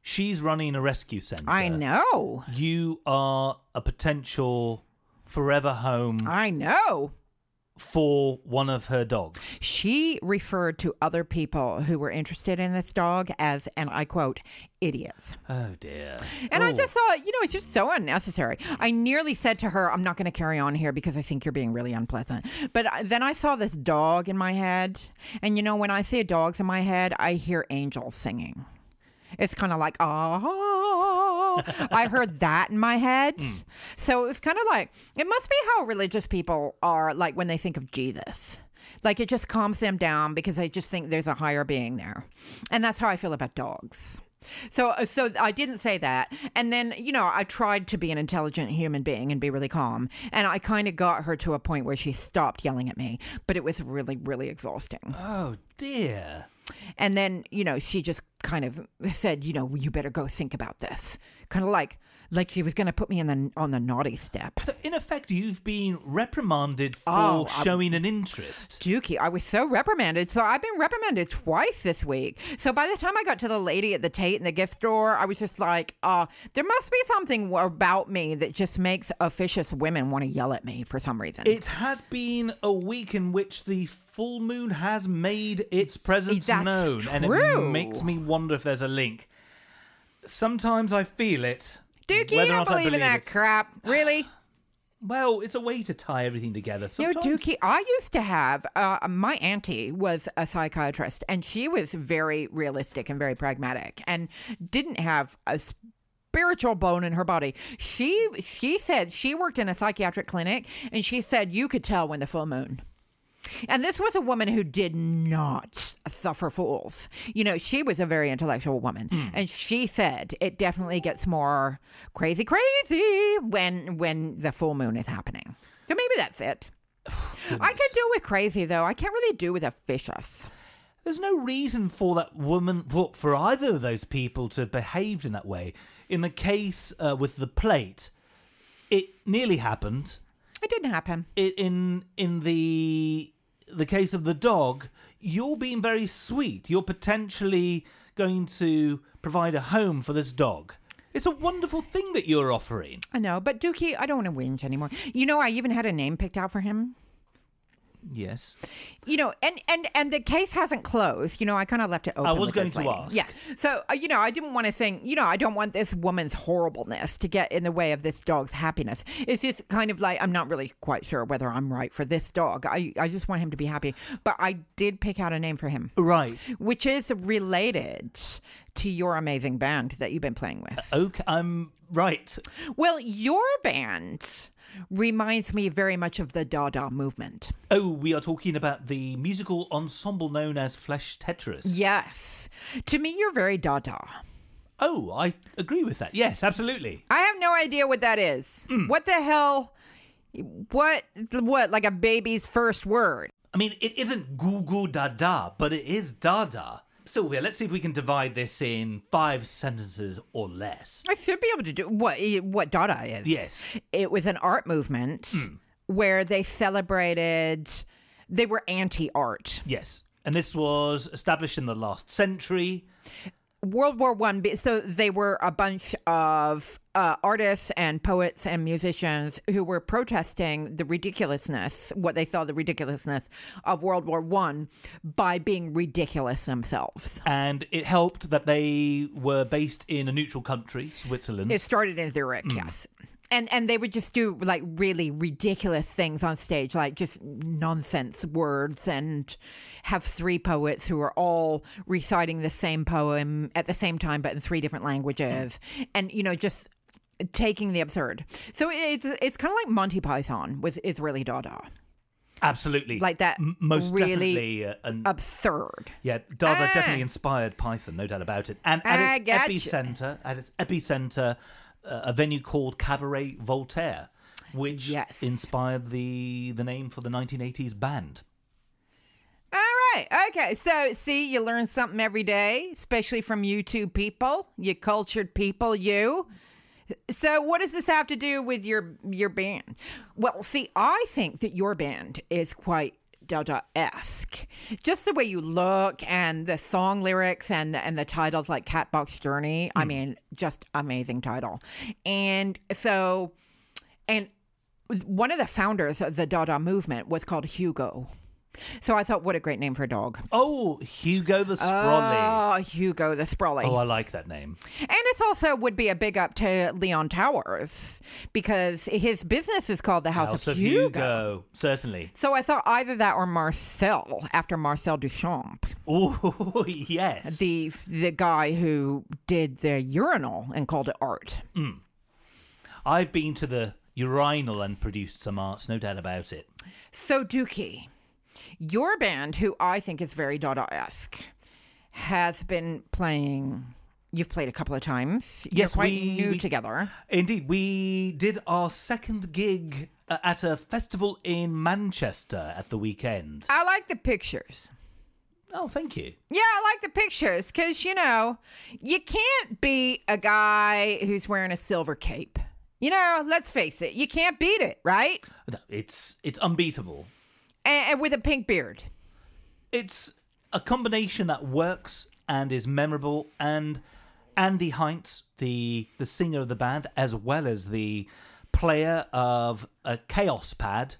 Speaker 3: she's running a rescue centre.
Speaker 4: I know.
Speaker 3: You are a potential forever home
Speaker 4: I know.
Speaker 3: for one of her dogs.
Speaker 4: She referred to other people who were interested in this dog as, and I quote, idiots.
Speaker 3: Oh dear.
Speaker 4: And I
Speaker 3: Ooh.
Speaker 4: just thought, you know, it's just so unnecessary. I nearly said to her, I'm not going to carry on here because I think you're being really unpleasant. But I- then I saw this dog in my head. And, you know, when I see dogs in my head, I hear angels singing. It's kind of like, oh, I heard that in my head. So it's kind of like, it must be how religious people are like when they think of Jesus. Like it just calms them down because they just think there's a higher being there. And that's how I feel about dogs. So uh, so I didn't say that. And then, you know, I tried to be an intelligent human being and be really calm. And I kind of got her to a point where she stopped yelling at me, but it was really really exhausting.
Speaker 3: Oh dear.
Speaker 4: And then, you know, she just kind of said, you know, you better go think about this. Kind of like like she was going to put me in the on the naughty step.
Speaker 3: So in effect, you've been reprimanded for
Speaker 4: Oh, I'm-
Speaker 3: showing an interest.
Speaker 4: Dookie, I was so reprimanded. So I've been reprimanded twice this week. So by the time I got to the lady at the Tate in the gift store, I was just like, uh, there must be something w- about me that just makes officious women want to yell at me for some reason.
Speaker 3: It has been a week in which the full moon has made its presence
Speaker 4: That's
Speaker 3: known, and it
Speaker 4: true.
Speaker 3: makes me wonder if there's a link. Sometimes I feel it. whether
Speaker 4: Dookie, you
Speaker 3: or
Speaker 4: don't
Speaker 3: not I
Speaker 4: believe, in that
Speaker 3: it.
Speaker 4: crap. Really?
Speaker 3: Well, it's a way to tie everything together. Sometimes.
Speaker 4: No, Dookie, I used to have, uh, my auntie was a psychiatrist and she was very realistic and very pragmatic and didn't have a spiritual bone in her body. She, she said she worked in a psychiatric clinic and she said you could tell when the full moon. And this was a woman who did not suffer fools. You know, she was a very intellectual woman, and she said it definitely gets more crazy, crazy when when the full moon is happening. So maybe that's it. I can do with crazy though. I can't really do with officious.
Speaker 3: There's no reason for that woman, for, for either of those people to have behaved in that way. In the case uh, with the plate, it nearly happened.
Speaker 4: It didn't happen.
Speaker 3: I in in the the case of the dog, you're being very sweet. You're potentially going to provide a home for this dog. It's a wonderful thing that you're offering.
Speaker 4: I know, but Dookie, I don't want to whinge anymore. You know, I even had a name picked out for him.
Speaker 3: Yes.
Speaker 4: you know, and and and the case hasn't closed. You know, I kind of left it open.
Speaker 3: I was
Speaker 4: with
Speaker 3: going
Speaker 4: this
Speaker 3: to
Speaker 4: lady.
Speaker 3: ask.
Speaker 4: Yeah. So uh, you know, I didn't want to think. You know, I don't want this woman's horribleness to get in the way of this dog's happiness. It's just kind of like I'm not really quite sure whether I'm right for this dog. I I just want him to be happy. But I did pick out a name for him,
Speaker 3: Right.
Speaker 4: which is related to your amazing band that you've been playing with.
Speaker 3: Okay. I'm um, right.
Speaker 4: Well, your band reminds me very much of the Dada movement.
Speaker 3: Oh, we are talking about the musical ensemble known as Flesh Tetris.
Speaker 4: Yes. To me, you're very Dada.
Speaker 3: Oh, I agree with that. Yes, absolutely.
Speaker 4: I have no idea what that is. What the hell? What? What? Like a baby's first word?
Speaker 3: I mean, it isn't goo goo da da, but it is da da. Sylvia, let's see if we can divide this in five sentences or less.
Speaker 4: I should be able to do what? eh, What Dada is?
Speaker 3: Yes.
Speaker 4: It was an art movement where they celebrated. They were anti-art.
Speaker 3: Yes. And this was established in the last century.
Speaker 4: World War One. be- So they were a bunch of uh, artists and poets and musicians who were protesting the ridiculousness, what they saw the ridiculousness of World War One, by being ridiculous themselves.
Speaker 3: And it helped that they were based in a neutral country, Switzerland.
Speaker 4: It started in Zurich, yes. And and they would just do like really ridiculous things on stage, like just nonsense words, and have three poets who are all reciting the same poem at the same time, but in three different languages, and you know just taking the absurd. So it's it's kind of like Monty Python with Israeli Dada,
Speaker 3: Absolutely.
Speaker 4: like that
Speaker 3: M- most
Speaker 4: really
Speaker 3: definitely. Uh, and,
Speaker 4: absurd.
Speaker 3: yeah, Dada
Speaker 4: Ah.
Speaker 3: definitely inspired Python, no doubt about it. And
Speaker 4: I
Speaker 3: at its
Speaker 4: gotcha.
Speaker 3: epicenter, at its epicenter, uh, a venue called Cabaret Voltaire, which
Speaker 4: Yes.
Speaker 3: inspired the the name for the 1980s band.
Speaker 4: All right. Okay. So, see, you learn something every day, especially from you two people, you cultured people, you. So, what does this have to do with your your band? Well, see, I think that your band is quite Dada esque, just the way you look and the song lyrics and the, and the titles like Catbox Journey. I mean, just amazing title. And so, and one of the founders of the Dada movement was called Hugo. So I thought, what a great name for a dog.
Speaker 3: Oh, Hugo the Sprolly.
Speaker 4: Oh, Hugo the Sprawly.
Speaker 3: oh, I like that name.
Speaker 4: And it's also would be a big up to Leon Towers because his business is called the House,
Speaker 3: House
Speaker 4: of
Speaker 3: of
Speaker 4: Hugo.
Speaker 3: Hugo, certainly.
Speaker 4: So I thought either that or Marcel after Marcel Duchamp,
Speaker 3: Oh, [LAUGHS] yes.
Speaker 4: the the guy who did the urinal and called it art.
Speaker 3: I've been to the urinal and produced some arts, no doubt about it.
Speaker 4: So Dookie, your band, who I think is very Dada-esque, has been playing. You've played a couple of times.
Speaker 3: Yes,
Speaker 4: You're quite
Speaker 3: we-
Speaker 4: new
Speaker 3: we-
Speaker 4: together.
Speaker 3: Indeed, we did our second gig uh, at a festival in Manchester at the weekend.
Speaker 4: I like the pictures.
Speaker 3: Oh, thank you.
Speaker 4: Yeah, I like the pictures because, you know, you can't beat a guy who's wearing a silver cape. You know, let's face it, you can't beat it, right?
Speaker 3: No, It's it's unbeatable.
Speaker 4: And, and with a pink beard.
Speaker 3: It's a combination that works and is memorable. And Andy Heinz, the the singer of the band, as well as the player of a Chaos Pad,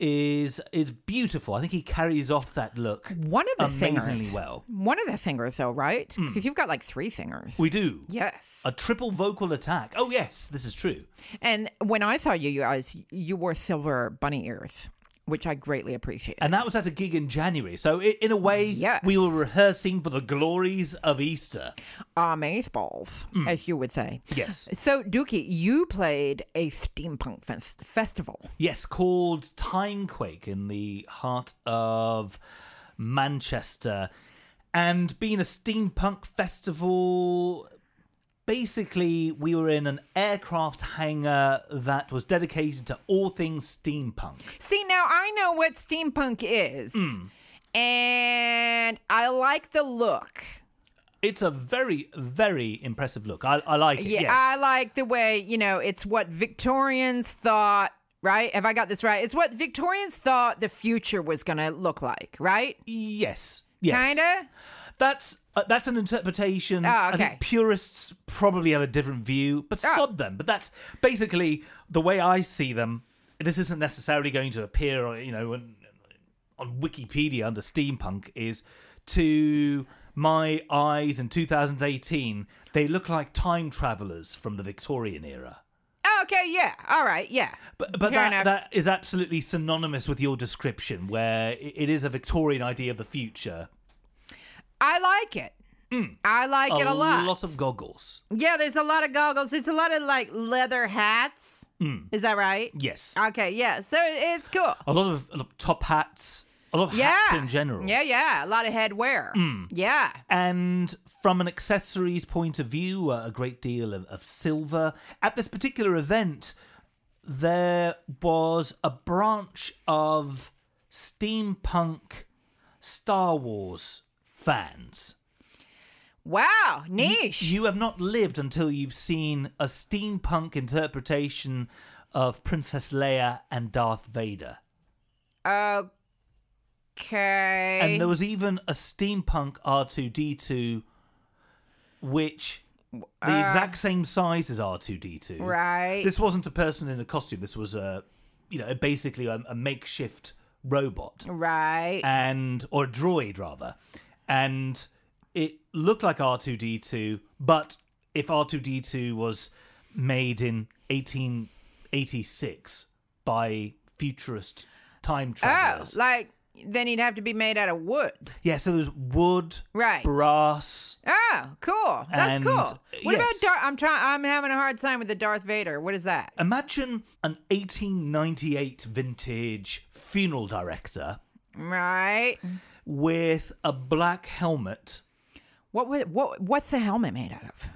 Speaker 3: is is beautiful. I think he carries off that look
Speaker 4: One of the
Speaker 3: amazingly
Speaker 4: singers.
Speaker 3: well. Hmm.
Speaker 4: One of the singers, though, right? Because you've got like three singers.
Speaker 3: We do.
Speaker 4: yes.
Speaker 3: A triple vocal attack. Oh yes, this is true.
Speaker 4: and when I saw you, you guys, you wore silver bunny ears, which I greatly appreciate.
Speaker 3: And that was at a gig in January. So i in a way,
Speaker 4: Yes.
Speaker 3: we were rehearsing for the glories of Easter.
Speaker 4: Amaze balls, as you would say.
Speaker 3: Mm. Yes.
Speaker 4: So, Dookie, you played a steampunk fest- festival.
Speaker 3: Yes, called Timequake in the heart of Manchester. And being a steampunk festival, basically, we were in an aircraft hangar that was dedicated to all things steampunk.
Speaker 4: See, now I know what steampunk is.
Speaker 3: Mm.
Speaker 4: And I like the look.
Speaker 3: It's a very, very impressive look. I, I like it.
Speaker 4: Yeah,
Speaker 3: yes.
Speaker 4: I like the way, you know, it's what Victorians thought, right? Have I got this right? It's what Victorians thought the future was going to look like, right?
Speaker 3: yes. Yes.
Speaker 4: Kind of?
Speaker 3: That's uh, that's an interpretation.
Speaker 4: Ah,
Speaker 3: I
Speaker 4: okay.
Speaker 3: think purists probably have a different view, but
Speaker 4: Ah.
Speaker 3: sod them. But that's basically the way I see them. This isn't necessarily going to appear, on, you know, on, on Wikipedia under steampunk. Is to my eyes in 2018, they look like time travelers from the Victorian era.
Speaker 4: Okay, yeah. All right, yeah.
Speaker 3: But, but
Speaker 4: Fair
Speaker 3: that,
Speaker 4: enough.
Speaker 3: that is absolutely synonymous with your description, where i- it is a Victorian idea of the future.
Speaker 4: I like it.
Speaker 3: Mm.
Speaker 4: I like it a lot.
Speaker 3: lot of goggles.
Speaker 4: yeah, there's a lot of goggles. There's a lot of like leather hats. Is that right?
Speaker 3: Mm. Yes.
Speaker 4: Okay, yeah. So it's cool.
Speaker 3: a lot of, a lot of top hats, a lot of
Speaker 4: Yeah.
Speaker 3: hats in general. Mm.
Speaker 4: Yeah, yeah. A lot of headwear. Yeah.
Speaker 3: And from an accessories point of view, uh, a great deal of, of silver. At this particular event, there was a branch of steampunk Star Wars fans.
Speaker 4: Wow. Niche.
Speaker 3: You have not lived until you've seen a steampunk interpretation of Princess Leia and Darth Vader.
Speaker 4: okay.
Speaker 3: And there was even a steampunk R2D2, which the exact same size as R2D2.
Speaker 4: Uh, Right.
Speaker 3: This wasn't a person in a costume. This was a, you know, basically a, a makeshift robot
Speaker 4: right.
Speaker 3: and or a droid rather, and it looked like R2D2, but if R2D2 was made in 1886 by futurist time
Speaker 4: oh,
Speaker 3: travelers.
Speaker 4: like then he'd have to be made out of wood.
Speaker 3: Yeah, so there's wood,
Speaker 4: Right.
Speaker 3: brass.
Speaker 4: Oh, cool. That's
Speaker 3: And-
Speaker 4: cool. What
Speaker 3: yes.
Speaker 4: about Darth? I'm trying. I'm having a hard time with the Darth Vader. What is that?
Speaker 3: Imagine an 1898 vintage funeral director
Speaker 4: Right.
Speaker 3: with a black helmet.
Speaker 4: What would what? What's the helmet made out of?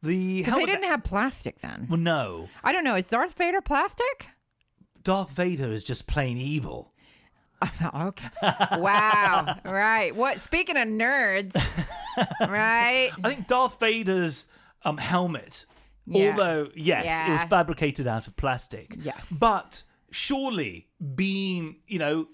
Speaker 3: The
Speaker 4: Because
Speaker 3: helmet
Speaker 4: they didn't have plastic then.
Speaker 3: Well, no,
Speaker 4: I don't know. Is Darth Vader plastic? [LAUGHS]
Speaker 3: Darth Vader is just plain evil.
Speaker 4: Oh,
Speaker 3: [LAUGHS]
Speaker 4: okay. Wow. right. What? Speaking of
Speaker 3: [LAUGHS]
Speaker 4: nerds, right?
Speaker 3: I think Darth Vader's um, helmet,
Speaker 4: Yeah.
Speaker 3: although yes, it was
Speaker 4: Yeah.
Speaker 3: fabricated out of plastic.
Speaker 4: Yes.
Speaker 3: but surely being you know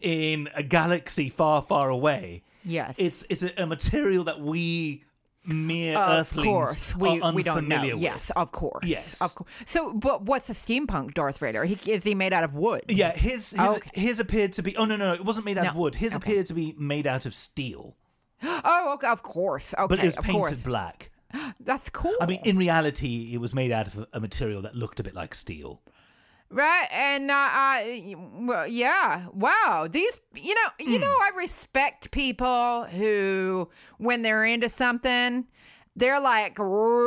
Speaker 3: in a galaxy far, far away,
Speaker 4: Yes.
Speaker 3: it's it's a, a material that we mere
Speaker 4: Of
Speaker 3: earthlings
Speaker 4: course, we,
Speaker 3: are
Speaker 4: we don't know.
Speaker 3: unfamiliar with.
Speaker 4: Yes, of course.
Speaker 3: Yes.
Speaker 4: of course. So, but what's a steampunk Darth Vader? He, is he made out of wood?
Speaker 3: Yeah, his his,
Speaker 4: Okay.
Speaker 3: his appeared to be. Oh no, no, it wasn't made out of
Speaker 4: No.
Speaker 3: wood. His
Speaker 4: Okay.
Speaker 3: appeared to be made out of steel,
Speaker 4: Oh, okay, of course. Okay,
Speaker 3: but it was
Speaker 4: of
Speaker 3: painted
Speaker 4: course.
Speaker 3: black.
Speaker 4: That's cool.
Speaker 3: I mean, in reality, it was made out of a material that looked a bit like steel.
Speaker 4: right? And uh, I, well, yeah, wow. These, you know,
Speaker 3: Hmm.
Speaker 4: you know, I respect people who, when they're into something. They're like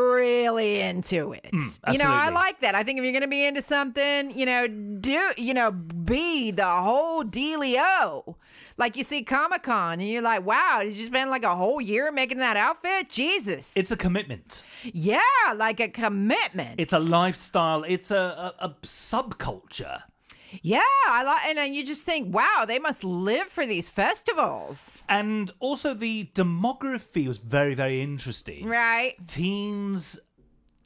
Speaker 4: really into it. you know, I
Speaker 3: Hmm. absolutely.
Speaker 4: like that. I think if you're going to be into something, you know, do, you know, be the whole dealio. Like you see Comic Con and you're like, wow, did you spend like a whole year making that outfit? Jesus.
Speaker 3: It's a commitment.
Speaker 4: yeah, like a commitment.
Speaker 3: It's a lifestyle. It's a a, a subculture.
Speaker 4: Yeah, I like, and then you just think, wow, they must live for these festivals,
Speaker 3: And also, the demography was very, very interesting.
Speaker 4: right?
Speaker 3: Teens,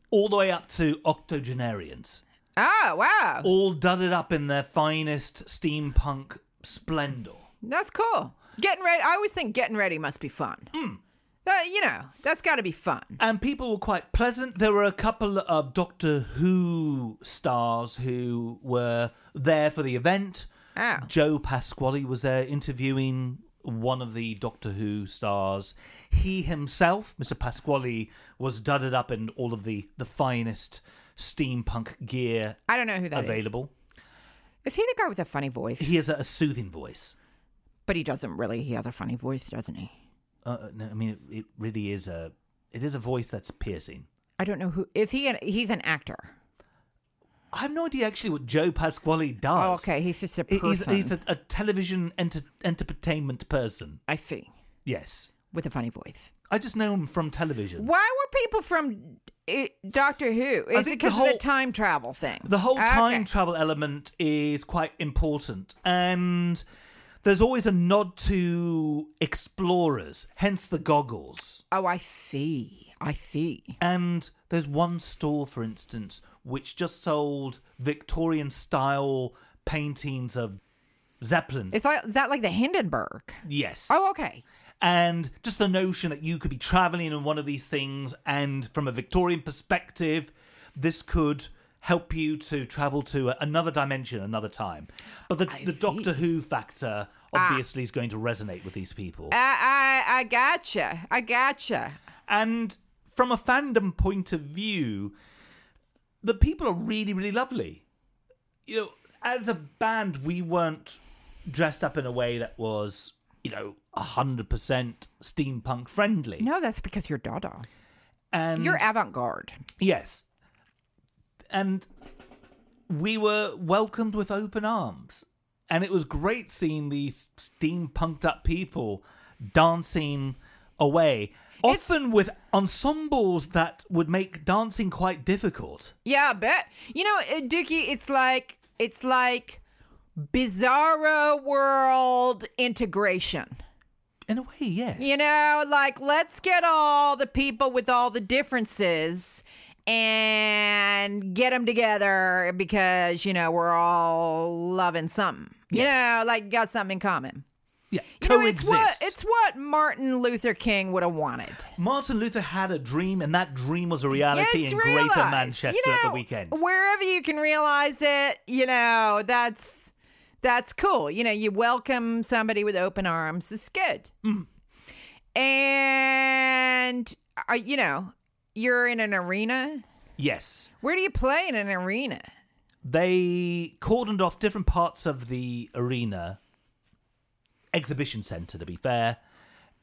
Speaker 3: all the way up to octogenarians,
Speaker 4: Oh, wow,
Speaker 3: all dudded up in their finest steampunk splendor.
Speaker 4: that's cool. Getting ready, I always think getting ready must be fun.
Speaker 3: Hmm.
Speaker 4: That- you know, that's got to be fun.
Speaker 3: And people were quite pleasant. There were a couple of Doctor Who stars who were there for the event.
Speaker 4: Oh.
Speaker 3: Joe Pasquale was there interviewing one of the Doctor Who stars. He himself, Mr. Pasquale, was dudded up in all of the, the finest steampunk gear
Speaker 4: I don't know who that is.
Speaker 3: available.
Speaker 4: Is he the guy with a funny voice?
Speaker 3: He has a, a soothing voice.
Speaker 4: But he doesn't really. He has a funny voice, doesn't he?
Speaker 3: Uh, no, I mean, it, it really is a it is a voice that's piercing.
Speaker 4: I don't know who is he. An, he's an actor.
Speaker 3: I have no idea actually what Joe Pasquale
Speaker 4: Oh,
Speaker 3: does.
Speaker 4: okay, he's just a
Speaker 3: He-
Speaker 4: person.
Speaker 3: He's, he's a, a television enter- entertainment person.
Speaker 4: I see,
Speaker 3: Yes.
Speaker 4: with a funny voice.
Speaker 3: I just know him from television.
Speaker 4: Why were people from eh, Doctor Who? Is it
Speaker 3: think the
Speaker 4: because of
Speaker 3: whole-
Speaker 4: the time travel thing?
Speaker 3: The whole
Speaker 4: Ah, Okay.
Speaker 3: time travel element is quite important. And there's always a nod to explorers, hence the goggles.
Speaker 4: Oh, I see. I see.
Speaker 3: And there's one store, for instance, which just sold Victorian style paintings of Zeppelins.
Speaker 4: Is that, that like the Hindenburg?
Speaker 3: yes.
Speaker 4: Oh, okay.
Speaker 3: and just the notion that you could be traveling in one of these things and from a victorian perspective this could help you to travel to a- another dimension another time but the, the
Speaker 4: see. Ah.
Speaker 3: doctor who factor obviously is going to resonate with these people
Speaker 4: I, I, I gotcha. I gotcha.
Speaker 3: and from a fandom point of view the people are really really lovely you know as a band we weren't dressed up in a way that was you know 100% steampunk friendly
Speaker 4: No, that's because you're Dada.
Speaker 3: and
Speaker 4: You're avant garde.
Speaker 3: Yes. And we were welcomed with open arms. And it was great seeing these steampunked up people dancing away,
Speaker 4: It's-
Speaker 3: often with ensembles that would make dancing quite difficult.
Speaker 4: Yeah, I bet. You know, uh, Dookie, it's like it's like bizarro world integration.
Speaker 3: In a way, yes.
Speaker 4: You know, like let's get all the people with all the differences and get them together because you know we're all loving something. You know, like got something in common.
Speaker 3: yeah,
Speaker 4: You know, it's
Speaker 3: coexist.
Speaker 4: what it's what Martin Luther King would have wanted.
Speaker 3: Martin Luther had a dream, and that dream was a reality
Speaker 4: it's
Speaker 3: in
Speaker 4: realized,
Speaker 3: Greater Manchester
Speaker 4: you know,
Speaker 3: at the weekend.
Speaker 4: Wherever you can realize it, you know, that's that's cool. You know, you welcome somebody with open arms. It's good.
Speaker 3: Mm.
Speaker 4: And uh, you know, you're in an arena.
Speaker 3: yes.
Speaker 4: Where do you play in an arena?
Speaker 3: they cordoned off different parts of the arena exhibition center to be fair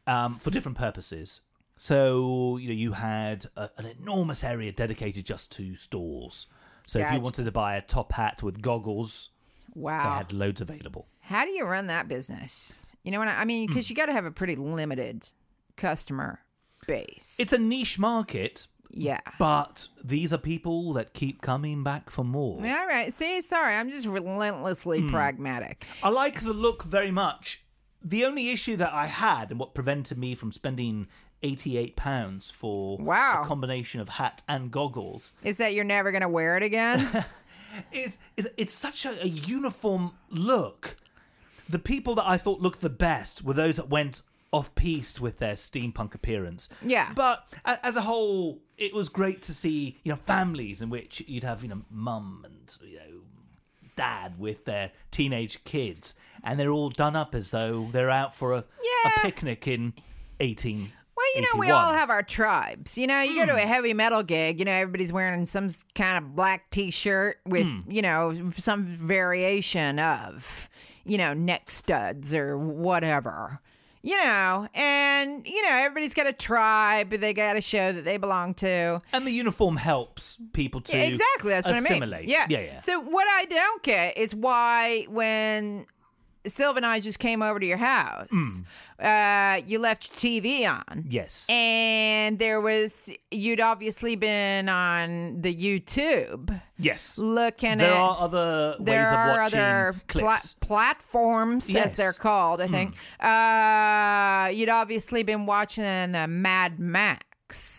Speaker 3: um, for different purposes so you know you had a, an enormous area dedicated just to stalls so if you
Speaker 4: Gotcha. Ah.
Speaker 3: wanted to buy a top hat with goggles they
Speaker 4: Wow.
Speaker 3: had loads available
Speaker 4: How do you run that business? You know what I, I mean?
Speaker 3: Mm.
Speaker 4: Because you got to have a pretty limited customer base.
Speaker 3: it's a niche market
Speaker 4: yeah.
Speaker 3: but these are people that keep coming back for more
Speaker 4: All right. See, sorry, I'm just relentlessly
Speaker 3: Mm.
Speaker 4: pragmatic.
Speaker 3: I like the look very much. The only issue that I had and what prevented me from spending eighty-eight pounds for
Speaker 4: Wow.
Speaker 3: a combination of hat and goggles
Speaker 4: Is that you're never gonna wear it again?
Speaker 3: is is it's such a, a uniform look. The people that I thought looked the best were those that went off-piste with their steampunk appearance.
Speaker 4: Yeah.
Speaker 3: But a- as a whole, it was great to see you know families in which you'd have you know mum and you know dad with their teenage kids, and they're all done up as though they're out for a,
Speaker 4: Yeah.
Speaker 3: a picnic in eighteen.
Speaker 4: Well, you know, we all have our tribes. You know, you go to a heavy metal gig, you know, everybody's wearing some s- kind of black t shirt with, you know, some variation of, you know, neck studs or whatever. You know, and, you know, everybody's got a tribe they got a show that they belong to.
Speaker 3: and the uniform helps people to
Speaker 4: Yeah, exactly. That's
Speaker 3: assimilate.
Speaker 4: what I mean.
Speaker 3: Yeah,
Speaker 4: Yeah.
Speaker 3: yeah, yeah.
Speaker 4: So what I don't get is why when Sylvan and I just came over to your house, uh, you left your TV on.
Speaker 3: Mm. yes.
Speaker 4: And there was you'd obviously been on the YouTube
Speaker 3: yes.
Speaker 4: looking
Speaker 3: there
Speaker 4: at
Speaker 3: are other
Speaker 4: there
Speaker 3: ways of
Speaker 4: are
Speaker 3: watching
Speaker 4: other
Speaker 3: clips.
Speaker 4: pla- platforms
Speaker 3: Yes. Mm.
Speaker 4: as they're called. I think uh, you'd obviously been watching the Mad Max.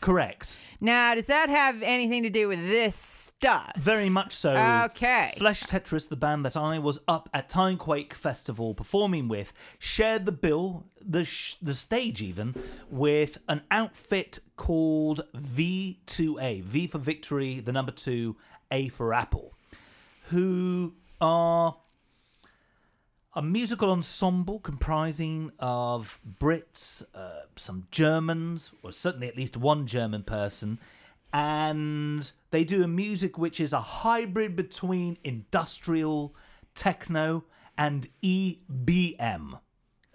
Speaker 3: Correct.
Speaker 4: Now, does that have anything to do with this stuff?
Speaker 3: Very much so.
Speaker 4: Okay.
Speaker 3: Flesh Tetris, the band that I was up at Timequake Festival performing with, shared the bill, the sh- the stage even, with an outfit called V2A. V for Victory, the number two, A for Apple, who are a musical ensemble comprising of Brits, uh, some Germans, or certainly at least one German person, and they do a music which is a hybrid between industrial, techno, and EBM,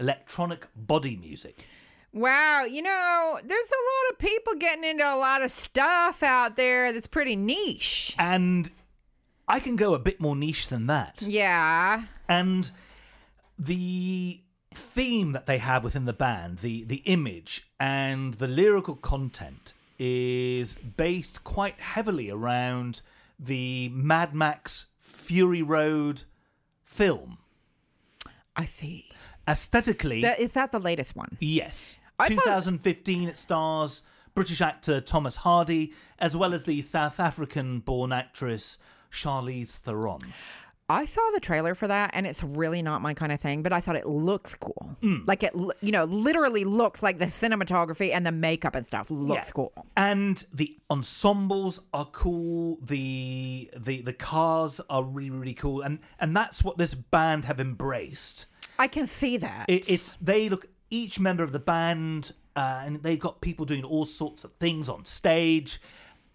Speaker 3: electronic body music.
Speaker 4: Wow, you know, there's a lot of people getting into a lot of stuff out there that's pretty niche.
Speaker 3: And I can go a bit more niche than that.
Speaker 4: Yeah.
Speaker 3: and the theme that they have within the band the the image and the lyrical content is based quite heavily around the Mad Max Fury Road film
Speaker 4: I see.
Speaker 3: aesthetically
Speaker 4: That, is that the latest one?
Speaker 3: yes
Speaker 4: I thought-
Speaker 3: 2015 it stars British actor Thomas Hardy as well as the South African born actress Charlize Theron
Speaker 4: I saw the trailer for that, and it's really not my kind of thing. But I thought it looks cool. Like it, l- you know, literally looks like the cinematography and the makeup and stuff looks
Speaker 3: Yeah.
Speaker 4: cool.
Speaker 3: And the ensembles are cool. The the the cars are really really cool. And and that's what this band have embraced.
Speaker 4: I can see that.
Speaker 3: It, it's they look each member of the band, uh, and they've got people doing all sorts of things on stage.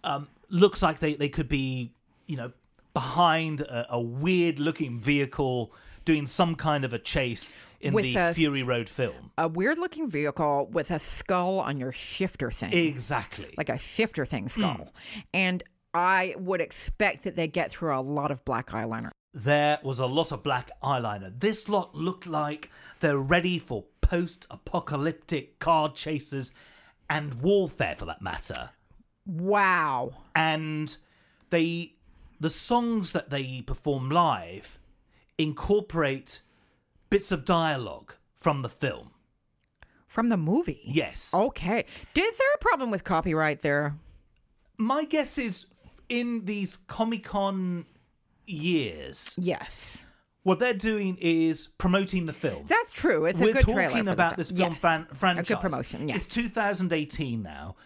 Speaker 3: Um, looks like they they could be you know behind a, a weird looking vehicle doing some kind of a chase in
Speaker 4: With
Speaker 3: the
Speaker 4: a-
Speaker 3: Fury Road film.
Speaker 4: a weird-looking vehicle with a skull on your shifter thing.
Speaker 3: Exactly.
Speaker 4: like a shifter thing skull. And I would expect that they get through a lot of black eyeliner.
Speaker 3: there was a lot of black eyeliner. This lot looked like they're ready for post apocalyptic car chases and warfare for that matter.
Speaker 4: Wow.
Speaker 3: And they the songs that they perform live incorporate bits of dialogue from the film.
Speaker 4: From the movie.
Speaker 3: Yes.
Speaker 4: Okay. Is there a problem with copyright there?
Speaker 3: My guess is in these Comic Con years,
Speaker 4: Yes.
Speaker 3: what they're doing is promoting the film.
Speaker 4: That's true. It's
Speaker 3: We're
Speaker 4: a good
Speaker 3: talking
Speaker 4: trailer. for the
Speaker 3: about this film
Speaker 4: Yes.
Speaker 3: fran- franchise.
Speaker 4: A good promotion. Yes.
Speaker 3: It's 2018 now.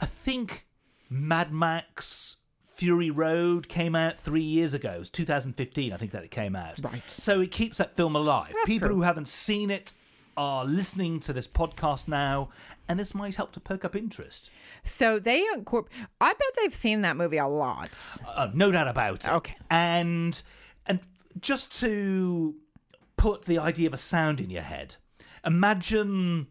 Speaker 3: I think Mad Max Fury Road came out three years ago. It was 2015, I think, that it came out.
Speaker 4: Right.
Speaker 3: So it keeps that film alive.
Speaker 4: That's
Speaker 3: People
Speaker 4: true.
Speaker 3: who haven't seen it are listening to this podcast now, and this might help to perk up interest.
Speaker 4: so they incorporate. I bet they've seen that movie a lot.
Speaker 3: Uh, no doubt about it.
Speaker 4: Okay.
Speaker 3: And and just to put the idea of a sound in your head, imagine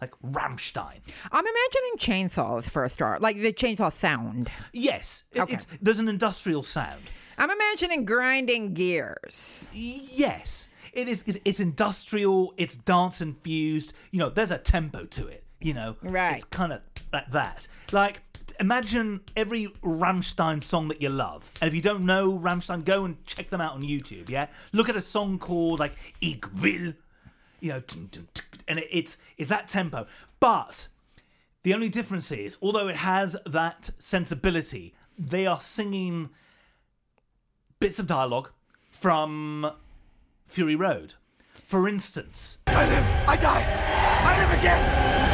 Speaker 3: like Ramstein.
Speaker 4: I'm imagining chainsaws for a start, like the chainsaw sound.
Speaker 3: Yes, it-
Speaker 4: Okay.
Speaker 3: it's, there's an industrial sound.
Speaker 4: I'm imagining grinding gears.
Speaker 3: Yes, it is. It's, it's industrial. It's dance infused. You know, there's a tempo to it. You know,
Speaker 4: Right.
Speaker 3: It's kind of like that. Like imagine every Ramstein song that you love, and if you don't know Ramstein, go and check them out on YouTube. Yeah, look at a song called like "Ich will," you know, tum, tum, tum, and it, it's it's that tempo, but The only difference is, although it has that sensibility, they are singing bits of dialogue from Fury Road, For instance,
Speaker 5: I live, I die, I live again.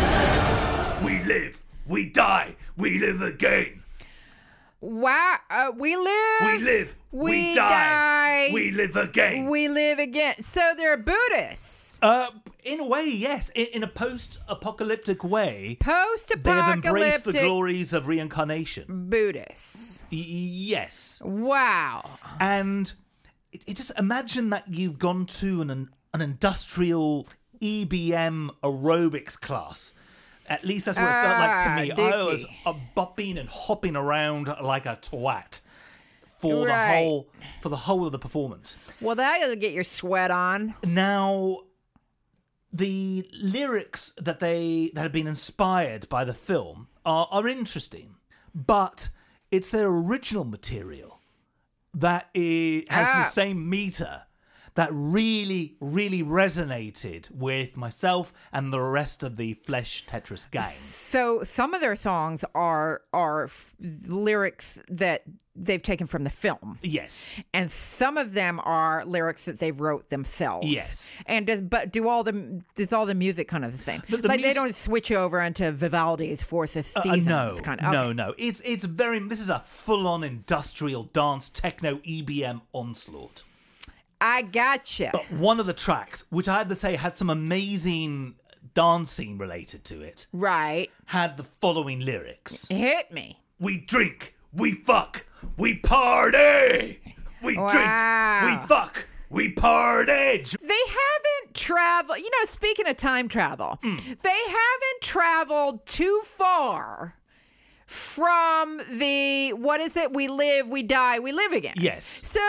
Speaker 3: we live, we die, we live again.
Speaker 4: Wow, uh, we live.
Speaker 3: We live, we,
Speaker 4: We
Speaker 3: die,
Speaker 4: die.
Speaker 3: we live again.
Speaker 4: We live again. So they're Buddhists.
Speaker 3: uh, in a way, yes. In, in a post-apocalyptic way, they have embraced the
Speaker 4: Post-apocalyptic
Speaker 3: glories of reincarnation.
Speaker 4: Buddhists.
Speaker 3: Y- yes,
Speaker 4: Wow.
Speaker 3: and it, it just imagine that you've gone to an an industrial EBM aerobics class. At least that's what it felt like to
Speaker 4: Ah,
Speaker 3: me. I was
Speaker 4: dookie.
Speaker 3: uh, bopping and hopping around like a twat for the
Speaker 4: Right.
Speaker 3: whole for the whole of the performance.
Speaker 4: Well, that'll get your sweat on.
Speaker 3: Now, the lyrics that they that have been inspired by the film are, are interesting, but it's their original material that i- has
Speaker 4: Ah.
Speaker 3: the same meter that really, really resonated with myself and the rest of the Flesh Tetris gang.
Speaker 4: So some of their songs are are f- lyrics that they've taken from the film,
Speaker 3: Yes,
Speaker 4: and some of them are lyrics that they wrote themselves.
Speaker 3: Yes.
Speaker 4: And does but do all the does all the music kind of the same?
Speaker 3: The- the
Speaker 4: like they
Speaker 3: mus-
Speaker 4: don't switch over into Vivaldi's Fourth
Speaker 3: Uh,
Speaker 4: Season.
Speaker 3: no,
Speaker 4: kind of,
Speaker 3: no, no. It's it's very. This is a full-on industrial dance techno EBM onslaught.
Speaker 4: I gotcha.
Speaker 3: But one of the tracks, which I had to say had some amazing dancing related to it,
Speaker 4: Right,
Speaker 3: had the following lyrics
Speaker 4: hit me.
Speaker 3: We drink, we fuck, we party! We drink,
Speaker 4: Wow.
Speaker 3: we fuck, we party! [LAUGHS] J-
Speaker 4: They haven't traveled. You know, speaking of time travel, they haven't traveled too far from the what is it? We live, we die, we live again.
Speaker 3: Yes.
Speaker 4: So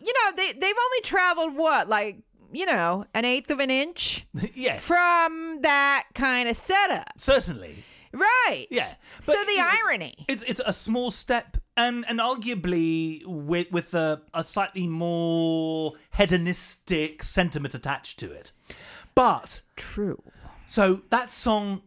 Speaker 4: you know they they've only traveled what like you know an eighth of an inch
Speaker 3: Yes.
Speaker 4: from that kind of setup,
Speaker 3: certainly.
Speaker 4: right?
Speaker 3: Yeah,
Speaker 4: So
Speaker 3: but
Speaker 4: the
Speaker 3: you know,
Speaker 4: irony.
Speaker 3: It's it's a small step, and and arguably with with a, a slightly more hedonistic sentiment attached to it. But
Speaker 4: True.
Speaker 3: so that song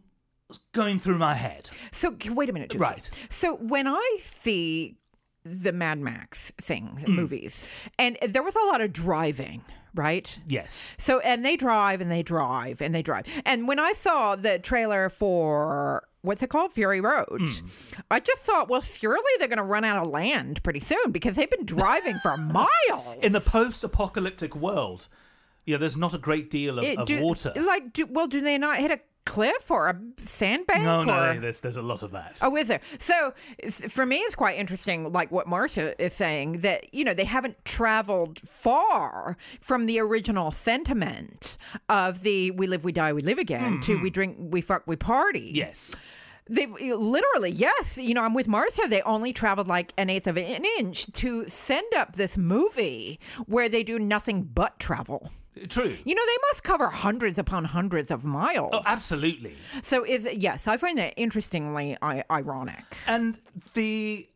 Speaker 3: was going through my head.
Speaker 4: So c- wait a minute. Dookie.
Speaker 3: Right.
Speaker 4: So when I see the Mad Max thing
Speaker 3: Mm.
Speaker 4: movies, and there was a lot of driving, right?
Speaker 3: Yes.
Speaker 4: So and they drive and they drive and they drive. And when I saw the trailer for what's it called, Fury Road,
Speaker 3: Mm.
Speaker 4: I just thought, well, surely they're going to run out of land pretty soon because they've been driving
Speaker 3: [LAUGHS]
Speaker 4: for miles.
Speaker 3: in the post-apocalyptic world, yeah, there's not a great deal of,
Speaker 4: It-
Speaker 3: of
Speaker 4: do-
Speaker 3: water.
Speaker 4: Like, do, well, do they not hit a cliff or a sandbank?
Speaker 3: no,
Speaker 4: or-
Speaker 3: no, there's there's a lot of that.
Speaker 4: Oh, is there? So s- for me, it's quite interesting, like what Martha is saying, that, you know, they haven't traveled far from the original sentiment of the we live, we die, we live again to we drink, we fuck, we party.
Speaker 3: Yes,
Speaker 4: They've literally, yes, you know, I'm with Martha. They only traveled like an eighth of an inch to send up this movie where they do nothing but travel.
Speaker 3: true.
Speaker 4: You know, they must cover hundreds upon hundreds of miles.
Speaker 3: Oh,
Speaker 4: [SIGHS]
Speaker 3: absolutely.
Speaker 4: so, is yes, I find that interestingly I- ironic.
Speaker 3: And the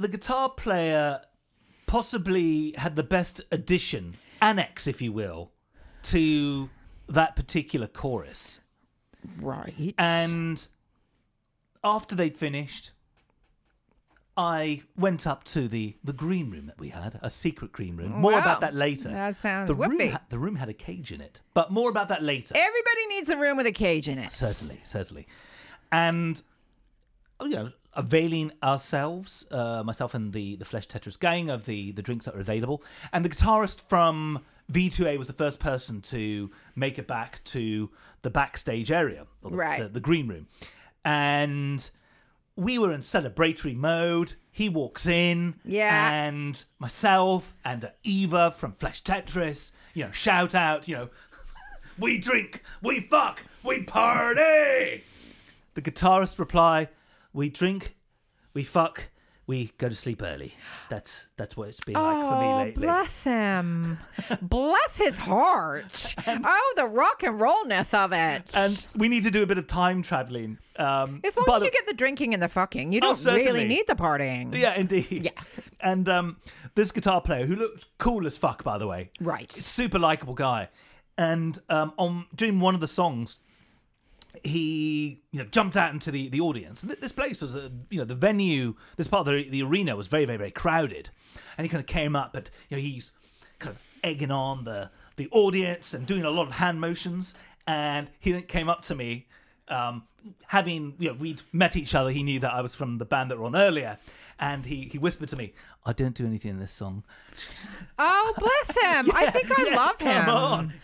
Speaker 3: the guitar player possibly had the best addition, annex, if you will, to that particular chorus.
Speaker 4: Right.
Speaker 3: Uh, And after they'd finished, I went up to the, the green room that we had, a secret green room. More
Speaker 4: Wow.
Speaker 3: about that later.
Speaker 4: That sounds
Speaker 3: the room,
Speaker 4: whoopee.
Speaker 3: ha- the room had a cage in it, but more about that later.
Speaker 4: everybody needs a room with a cage in it.
Speaker 3: certainly, certainly. And, you know, availing ourselves, uh, myself and the, the Flesh Tetris gang, of the, the drinks that are available. And the guitarist from V2A was the first person to make it back to the backstage area, or the,
Speaker 4: Right.
Speaker 3: the, the green room. And we were in celebratory mode. He walks in,
Speaker 4: Yeah.
Speaker 3: and myself and Eva from Flesh Tetris, you know, shout out, you know, [LAUGHS] we drink, we fuck, we party. The guitarist reply, we drink, we fuck, we go to sleep early. That's that's what it's been like for me
Speaker 4: Oh,
Speaker 3: lately. [LAUGHS]
Speaker 4: bless him. bless his heart. oh, the rock and rollness of it.
Speaker 3: And we need to do a bit of time traveling. Um,
Speaker 4: as long
Speaker 3: by
Speaker 4: as
Speaker 3: the-
Speaker 4: you get the drinking and the fucking, you
Speaker 3: Oh,
Speaker 4: don't really
Speaker 3: certainly.
Speaker 4: need the partying.
Speaker 3: Yeah, indeed.
Speaker 4: Yes.
Speaker 3: And um, this guitar player, who looked cool as fuck, by the way,
Speaker 4: Right.
Speaker 3: super likable guy, and um, on during one of the songs, he you know jumped out into the the audience. And th- this place was uh, you know the venue, this part of the, the arena was very very very crowded, and he kind of came up, but you know he's kind of egging on the the audience and doing a lot of hand motions. And he then came up to me, um, having you know we'd met each other. He knew that I was from the band that were on earlier, and he he whispered to me, "I don't do anything in this song."
Speaker 4: Oh,
Speaker 3: [LAUGHS]
Speaker 4: bless him. I think I
Speaker 3: Yeah,
Speaker 4: love him.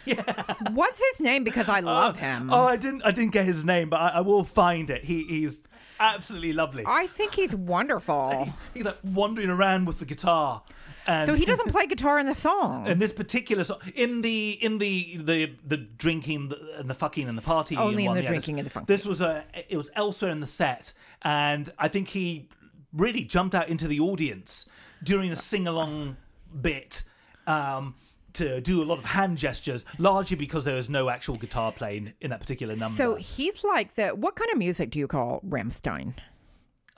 Speaker 3: Come on, [LAUGHS]
Speaker 4: What's his name? Because I love him.
Speaker 3: Oh, I didn't I didn't get his name, but I, I will find it. He he's absolutely lovely. Oh,
Speaker 4: I think he's wonderful.
Speaker 3: He's like wandering around with the guitar. And
Speaker 4: So he doesn't play guitar in the song.
Speaker 3: in this particular song, in the in the the the drinking the- and the fucking and the party,
Speaker 4: Only in
Speaker 3: one,
Speaker 4: the
Speaker 3: yeah,
Speaker 4: drinking
Speaker 3: this,
Speaker 4: and the funky.
Speaker 3: This was a it was elsewhere in the set, and I think he really jumped out into the audience during a sing along bit. Um, to do a lot of hand gestures, largely because there was no actual guitar playing in that particular number.
Speaker 4: So he's like the what kind of music do you call Ramstein?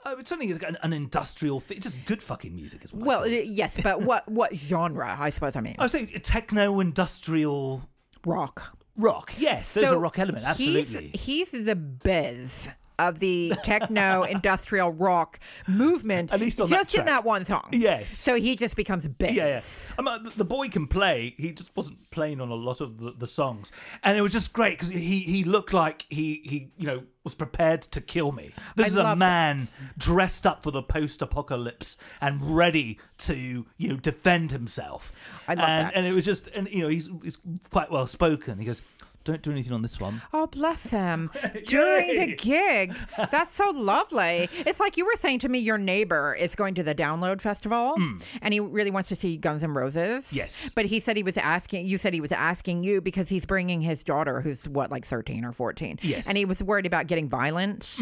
Speaker 3: Oh, it's something like an, an industrial. Th- it's just good fucking music as well.
Speaker 4: Well, uh, yes, but what
Speaker 3: [LAUGHS]
Speaker 4: what genre? I suppose I mean
Speaker 3: I was saying techno industrial
Speaker 4: rock.
Speaker 3: rock. Yes, there's a rock element. Absolutely.
Speaker 4: He's, he's the biz of the
Speaker 3: [LAUGHS]
Speaker 4: techno industrial rock movement.
Speaker 3: At least on that
Speaker 4: just in
Speaker 3: track.
Speaker 4: that one song.
Speaker 3: Yes.
Speaker 4: So he just becomes biz.
Speaker 3: Yeah, yeah. I mean, the- the boy can play. He just wasn't playing on a lot of the, the songs, and it was just great because he he looked like he he you know was prepared to kill me. This
Speaker 4: I
Speaker 3: is a
Speaker 4: love
Speaker 3: man dressed up for the post apocalypse and ready to you know defend himself.
Speaker 4: I love
Speaker 3: and,
Speaker 4: that.
Speaker 3: And it was just and you know he's he's quite well spoken. He goes, "Don't do anything on this one."
Speaker 4: Oh, bless
Speaker 3: [LAUGHS]
Speaker 4: him. During the
Speaker 3: Yay. [LAUGHS]
Speaker 4: gig. That's so lovely. It's like you were saying to me, your neighbor is going to the Download Festival and he really wants to see Guns N' Roses.
Speaker 3: Mm. Yes.
Speaker 4: But he said he was asking, you said he was asking you because he's bringing his daughter, who's what, like 13 or 14.
Speaker 3: Yes. Mm.
Speaker 4: And he was worried about getting violent.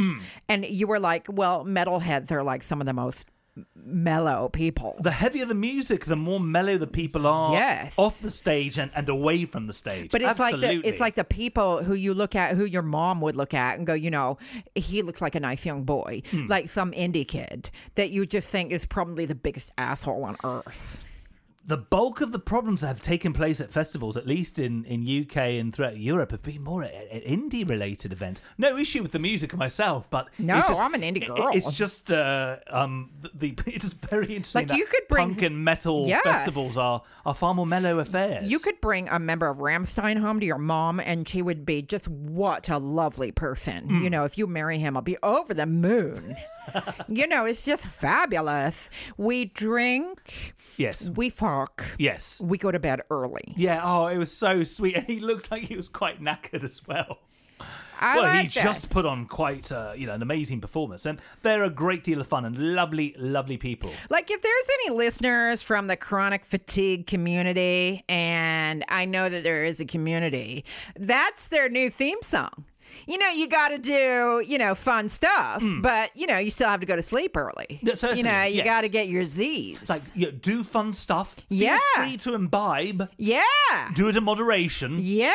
Speaker 4: And you were like, well, metalheads are like some of the most mellow people.
Speaker 3: the heavier the music, the more mellow the people are
Speaker 4: Yes.
Speaker 3: off the stage and, and away from the stage.
Speaker 4: But it's
Speaker 3: Absolutely.
Speaker 4: like the it's like the people who you look at, who your mom would look at and go, you know, he looks like a nice young boy,
Speaker 3: Hmm.
Speaker 4: like some indie kid that you just think is probably the biggest asshole on earth.
Speaker 3: the bulk of the problems that have taken place at festivals, at least in, in UK and throughout Europe, have been more at, at indie related events. No issue with the music myself, but
Speaker 4: No,
Speaker 3: it's just-
Speaker 4: I'm an indie
Speaker 3: it-
Speaker 4: girl.
Speaker 3: it's just uh, um the, [LAUGHS] the it's very interesting.
Speaker 4: Like,
Speaker 3: that
Speaker 4: you could bring-
Speaker 3: punk and metal
Speaker 4: Yes.
Speaker 3: festivals are are far more mellow affairs.
Speaker 4: You could bring a member of Ramstein home to your mom, and she would be just what a lovely person.
Speaker 3: Hmm.
Speaker 4: You know, if you marry him, I'll be over
Speaker 3: [LAUGHS]
Speaker 4: the moon. you know, it's just fabulous. We drink,
Speaker 3: yes,
Speaker 4: we fuck,
Speaker 3: yes.
Speaker 4: we go to bed early.
Speaker 3: Yeah, oh, it was so sweet, [LAUGHS] and he looked like he was quite knackered as well.
Speaker 4: I
Speaker 3: well,
Speaker 4: like
Speaker 3: he
Speaker 4: that.
Speaker 3: just put on quite, uh, you know, an amazing performance, and they're a great deal of fun and lovely, lovely people.
Speaker 4: Like, if there's any listeners from the chronic fatigue community, and I know that there is a community, that's their new theme song. You know, you got to do, you know, fun stuff, but, you know, you still have to go to sleep early.
Speaker 3: Yeah, certainly,
Speaker 4: you know, you
Speaker 3: Hmm. yes.
Speaker 4: got to get your Z's.
Speaker 3: Like, you know, do fun stuff. Feel
Speaker 4: Yeah.
Speaker 3: free to imbibe.
Speaker 4: yeah.
Speaker 3: Do it in moderation,
Speaker 4: Yeah.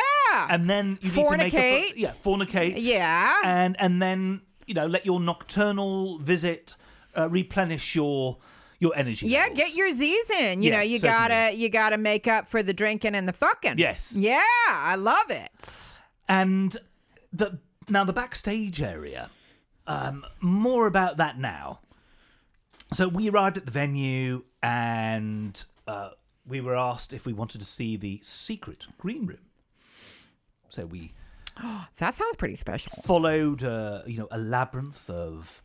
Speaker 3: and then you need to make a,
Speaker 4: Fornicate.
Speaker 3: fu- yeah, fornicate.
Speaker 4: Yeah.
Speaker 3: and and then you know let your nocturnal visit uh, replenish your your energy.
Speaker 4: yeah,
Speaker 3: levels.
Speaker 4: get your Z's in. You
Speaker 3: Yeah,
Speaker 4: know, you
Speaker 3: certainly.
Speaker 4: gotta you gotta make up for the drinking and the fucking.
Speaker 3: Yes.
Speaker 4: Yeah, I love it.
Speaker 3: and the now the backstage area. Um, more about that now. So we arrived at the venue and uh, we were asked if we wanted to see the secret green room. So we
Speaker 4: That sounds pretty special.
Speaker 3: followed uh, you know a labyrinth of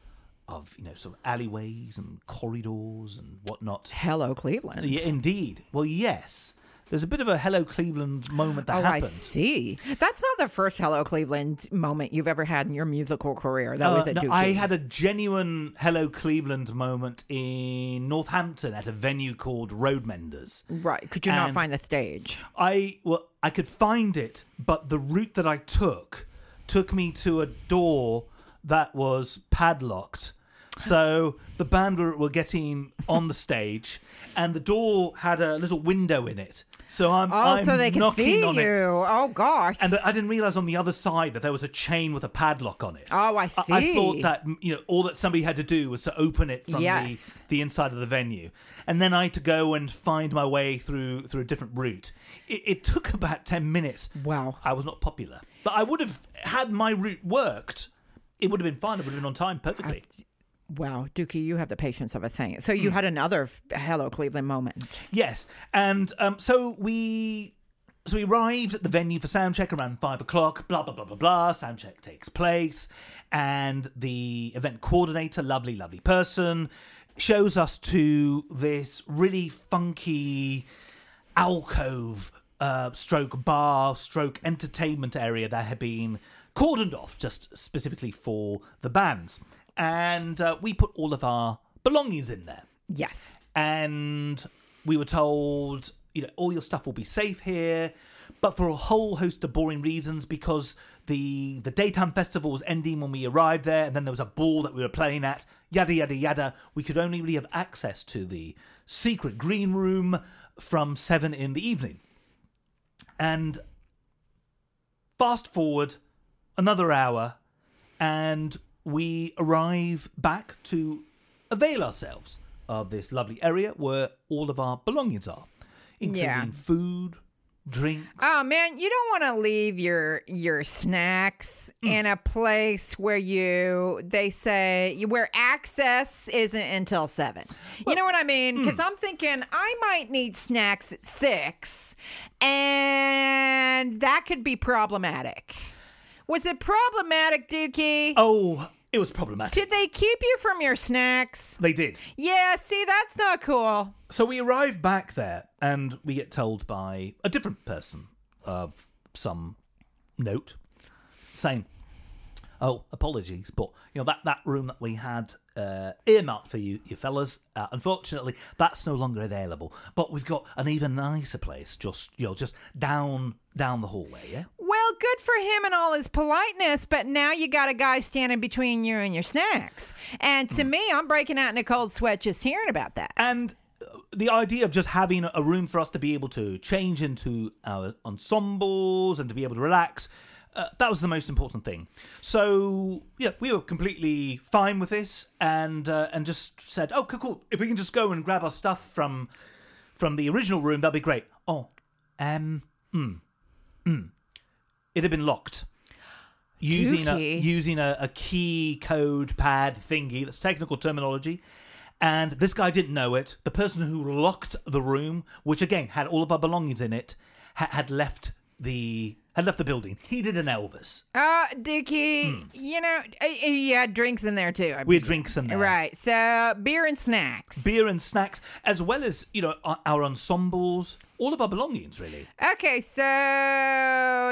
Speaker 3: of you know sort of alleyways and corridors and whatnot.
Speaker 4: Hello, Cleveland.
Speaker 3: Yeah, indeed. Well, yes. There's a bit of a hello Cleveland moment that
Speaker 4: Oh, I
Speaker 3: happened.
Speaker 4: see. That's not the first Hello Cleveland moment you've ever had in your musical career. That was
Speaker 3: Uh,
Speaker 4: a
Speaker 3: no,
Speaker 4: dookie.
Speaker 3: I had a genuine hello Cleveland moment in Northampton at a venue called Roadmenders.
Speaker 4: right. Could you not
Speaker 3: and-
Speaker 4: find the stage?
Speaker 3: I well, I could find it, but the route that I took took me to a door that was padlocked. So the band were, were getting on the stage, and the door had a little window in it. So I'm
Speaker 4: Oh,
Speaker 3: I'm
Speaker 4: so they can
Speaker 3: knocking
Speaker 4: see you.
Speaker 3: on it.
Speaker 4: Oh gosh.
Speaker 3: And I didn't realize on the other side that there was a chain with a padlock on it.
Speaker 4: Oh, I
Speaker 3: I,
Speaker 4: see.
Speaker 3: thought that you know all that somebody had to do was to open it from
Speaker 4: Yes.
Speaker 3: the, the inside of the venue, and then I had to go and find my way through through a different route. It, it took about ten minutes.
Speaker 4: Wow.
Speaker 3: I was not popular, but I would have had my route worked. It would have been fine. It would have been on time perfectly.
Speaker 4: wow, Dookie, you have the patience of a saint. So
Speaker 3: Hmm.
Speaker 4: you had another f- Hello Cleveland moment.
Speaker 3: Yes, and um, so we So we arrived at the venue for sound check around five o'clock. Blah blah blah blah blah. Sound check takes place, and the event coordinator, lovely lovely person, shows us to this really funky alcove, uh, stroke bar, stroke entertainment area that had been cordoned off just specifically for the bands, and uh, we put all of our belongings in there
Speaker 4: Yes.
Speaker 3: and we were told, you know, all your stuff will be safe here, but for a whole host of boring reasons because the the daytime festival was ending when we arrived there, and then there was a ball that we were playing at, yada yada yada. We could only really have access to the secret green room from seven in the evening. And fast forward another hour, and we arrive back to avail ourselves of this lovely area where all of our belongings are, including
Speaker 4: Yeah.
Speaker 3: food, drinks.
Speaker 4: Oh man, you don't want to leave your your snacks in a place where you they say you- where access isn't until seven. you know what I mean? Because I'm thinking I might need snacks at six, and that could be problematic. Was it problematic, Dookie?
Speaker 3: Oh, it was problematic.
Speaker 4: Did they keep you from your snacks?
Speaker 3: they did.
Speaker 4: Yeah, see, that's not cool.
Speaker 3: So we arrive back there and we get told by a different person of some note saying, Oh, apologies, but you know that, that room that we had uh, earmarked for you, you fellas. Uh, unfortunately, that's no longer available. But we've got an even nicer place, just you know, just down down the hallway. Yeah,
Speaker 4: Well, good for him and all his politeness, but now you got a guy standing between you and your snacks. And to me, I'm breaking out in a cold sweat just hearing about that.
Speaker 3: and uh, the idea of just having a room for us to be able to change into our ensembles and to be able to relax uh, that was the most important thing so yeah we were completely fine with this and uh, and just said oh cool, cool if we can just go and grab our stuff from from the original room that'd be great oh um mm, mm. it had been locked using a,
Speaker 4: Dookie.
Speaker 3: using a, a key code pad thingy that's technical terminology and this guy didn't know it the person who locked the room which again had all of our belongings in it ha- had left the had left the building he did an elvis
Speaker 4: Uh, Dookie, you know, uh, uh, you had drinks in there too. I
Speaker 3: Hmm. we had
Speaker 4: presume.
Speaker 3: drinks in there
Speaker 4: Right. So beer and snacks.
Speaker 3: beer and snacks as well as you know our, our ensembles all of our belongings really
Speaker 4: Okay, so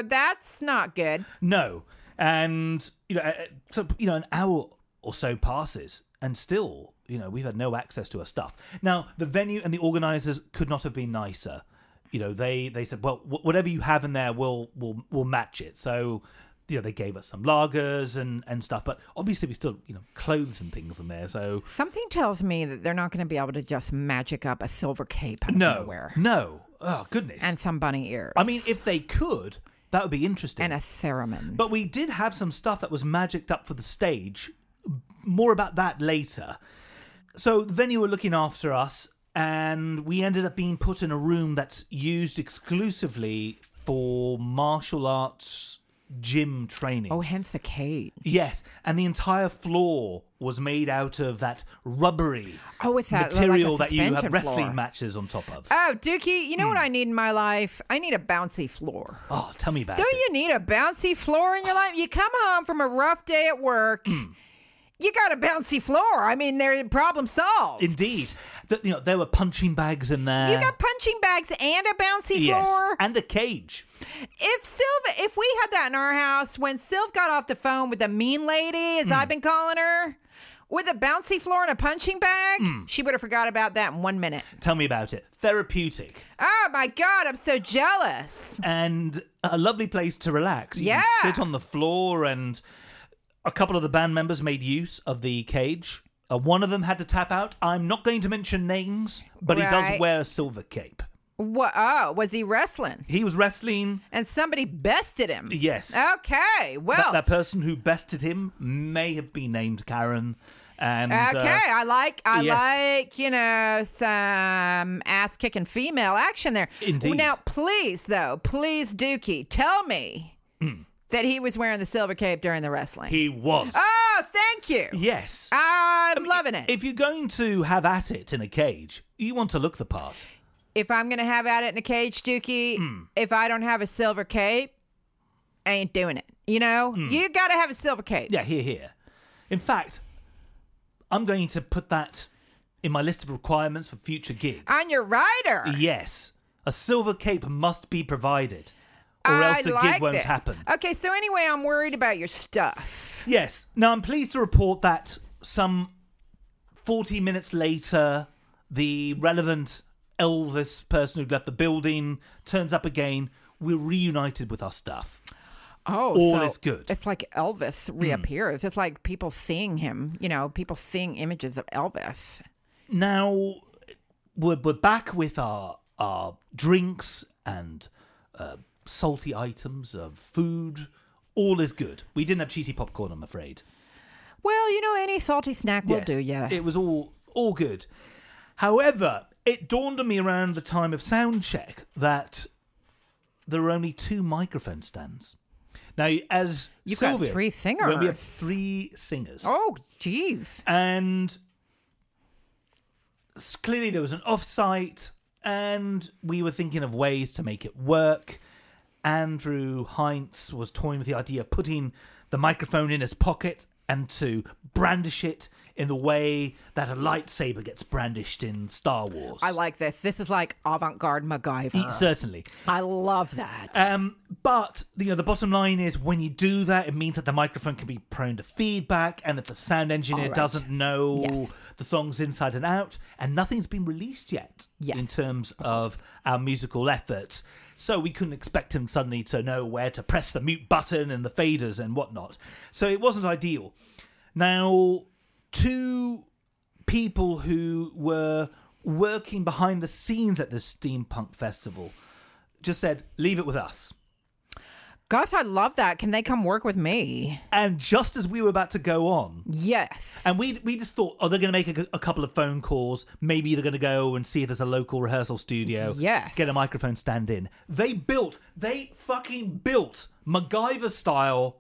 Speaker 4: that's not good.
Speaker 3: No, and you know, uh, so, you know, an hour or so passes, and still, you know, we've had no access to our stuff. Now, the venue and the organisers could not have been nicer. You know, they they said, well, wh- whatever you have in there, we'll we'll we'll match it. So. You know, they gave us some lagers and, and stuff, but obviously we still, you know, clothes and things in there. So
Speaker 4: Something tells me that they're not going to be able to just magic up a silver cape out of
Speaker 3: no,
Speaker 4: nowhere
Speaker 3: no, oh goodness.
Speaker 4: and some bunny ears.
Speaker 3: I mean, if they could, that would be interesting.
Speaker 4: and a theremin.
Speaker 3: But we did have some stuff that was magicked up for the stage. More about that later. So the venue were looking after us, and we ended up being put in a room that's used exclusively for martial arts gym training.
Speaker 4: oh, hence the cage.
Speaker 3: Yes, and the entire floor was made out of that rubbery
Speaker 4: Oh, with that like a
Speaker 3: material that you have
Speaker 4: suspension
Speaker 3: wrestling
Speaker 4: floor.
Speaker 3: matches on top of.
Speaker 4: Oh, Dookie, you know
Speaker 3: Hmm.
Speaker 4: what I need in my life? I need a bouncy floor.
Speaker 3: oh, tell me about
Speaker 4: Don't
Speaker 3: it.
Speaker 4: you need a bouncy floor in your life? You come home from a rough day at work,
Speaker 3: Hmm.
Speaker 4: you got a bouncy floor. I mean, they're problem solved.
Speaker 3: Indeed, that you know there were punching bags in there.
Speaker 4: you got punching bags and a bouncy
Speaker 3: yes, Uh,
Speaker 4: floor.
Speaker 3: and a cage.
Speaker 4: If Sylv, if we had that in our house, when Sylv got off the phone with the mean lady, as
Speaker 3: Hmm.
Speaker 4: I've been calling her, with a bouncy floor and a punching bag,
Speaker 3: Hmm.
Speaker 4: she would have forgot about that in one minute.
Speaker 3: Tell me about it. Therapeutic
Speaker 4: Oh my God, I'm so jealous.
Speaker 3: and a lovely place to relax. You can
Speaker 4: Yeah.
Speaker 3: sit on the floor, and a couple of the band members made use of the cage. Uh, one of them had to tap out. I'm not going to mention names, but he does
Speaker 4: Right.
Speaker 3: wear a silver cape.
Speaker 4: What? Oh, was he wrestling?
Speaker 3: He was wrestling.
Speaker 4: And somebody bested him.
Speaker 3: Yes.
Speaker 4: Okay. Well.
Speaker 3: That, that person who bested him may have been named Karen. And uh,
Speaker 4: okay. I like. I
Speaker 3: yes.
Speaker 4: like. You know, some ass kicking female action there.
Speaker 3: Indeed.
Speaker 4: Now, please though, please, Dookie, tell me that he was wearing the silver cape during the wrestling.
Speaker 3: Mm. he was.
Speaker 4: oh, thank you.
Speaker 3: yes.
Speaker 4: I'm loving it.
Speaker 3: If you're going to have at it in a cage, you want to look the part.
Speaker 4: if I'm gonna have at it in a cage, Dookie,
Speaker 3: Mm.
Speaker 4: if I don't have a silver cape, I ain't doing it. You know, you gotta have a silver cape.
Speaker 3: Mm. Yeah, here, here. In fact, I'm going to put that in my list of requirements for future gigs.
Speaker 4: On your rider.
Speaker 3: yes, a silver cape must be provided, or
Speaker 4: I
Speaker 3: else the
Speaker 4: like
Speaker 3: gig won't
Speaker 4: this. [LAUGHS]
Speaker 3: happen.
Speaker 4: Okay, so anyway, I'm worried about your stuff.
Speaker 3: Yes. Now I'm pleased to report that some 40 minutes later, the relevant Elvis person who left the building turns up again. We're reunited with our stuff.
Speaker 4: Oh,
Speaker 3: All
Speaker 4: so
Speaker 3: is good.
Speaker 4: It's like Elvis reappears. It's like people seeing him. You know, people seeing images of Elvis.
Speaker 3: Now we're, we're back with our our drinks and uh, salty items of food. All is good. We didn't have cheesy popcorn, I'm afraid.
Speaker 4: Well, you know, any salty snack will
Speaker 3: Yes,
Speaker 4: do. Yeah.
Speaker 3: It was all all good. However, it dawned on me around the time of sound check that there are only two microphone stands. Now, as
Speaker 4: You've got
Speaker 3: Sylvia-
Speaker 4: three
Speaker 3: well, we have
Speaker 4: singers.
Speaker 3: three singers,
Speaker 4: oh, jeez.
Speaker 3: and s- clearly there was an offsite, and we were thinking of ways to make it work. Andrew Heinz was toying with the idea of putting the microphone in his pocket and to brandish it in the way that a lightsaber gets brandished in Star Wars.
Speaker 4: I like this. This is like avant-garde MacGyver.
Speaker 3: certainly.
Speaker 4: I love that.
Speaker 3: Um, but you know, the bottom line is when you do that, it means that the microphone can be prone to feedback, and if the sound engineer
Speaker 4: Alright.
Speaker 3: doesn't know
Speaker 4: Yes.
Speaker 3: the songs inside and out, and nothing's been released yet
Speaker 4: Yes.
Speaker 3: in terms of our musical efforts. So we couldn't expect him suddenly to know where to press the mute button and the faders and whatnot. So it wasn't ideal. Now, two people who were working behind the scenes at this steampunk festival just said, "Leave it with us."
Speaker 4: Gosh, I love that. Can they come work with me?
Speaker 3: And just as we were about to go on,
Speaker 4: Yes.
Speaker 3: and we we just thought, oh, they're going to make a, a couple of phone calls. Maybe they're going to go and see if there's a local rehearsal studio.
Speaker 4: Yes.
Speaker 3: Get a microphone stand in. They built, they fucking built MacGyver style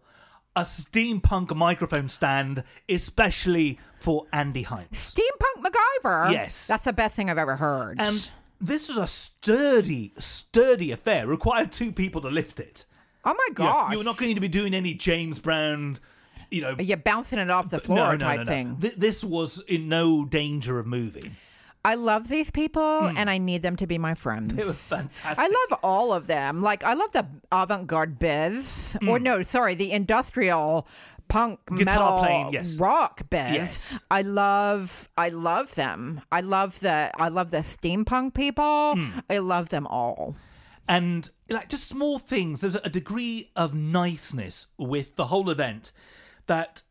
Speaker 3: a steampunk microphone stand, especially for Andy Heinz.
Speaker 4: Steampunk MacGyver.
Speaker 3: Yes.
Speaker 4: That's the best thing I've ever heard.
Speaker 3: And this was a sturdy, sturdy affair. Required two people to lift it.
Speaker 4: oh my
Speaker 3: You know,
Speaker 4: gosh.
Speaker 3: You're not going to be doing any James Brown, you know,
Speaker 4: You're bouncing it off the floor type thing.
Speaker 3: Th- this was in no danger of moving.
Speaker 4: I love these people and I need them to be my friends.
Speaker 3: It was Hmm. fantastic.
Speaker 4: I love all of them. Like I love the avant-garde biz,
Speaker 3: Hmm.
Speaker 4: or no, sorry, the industrial punk metal
Speaker 3: playing, yes.
Speaker 4: rock biz.
Speaker 3: Yes.
Speaker 4: I love I love them. I love the I love the steampunk people.
Speaker 3: Hmm.
Speaker 4: I love them all.
Speaker 3: and like just small things. There's a degree of niceness with the whole event that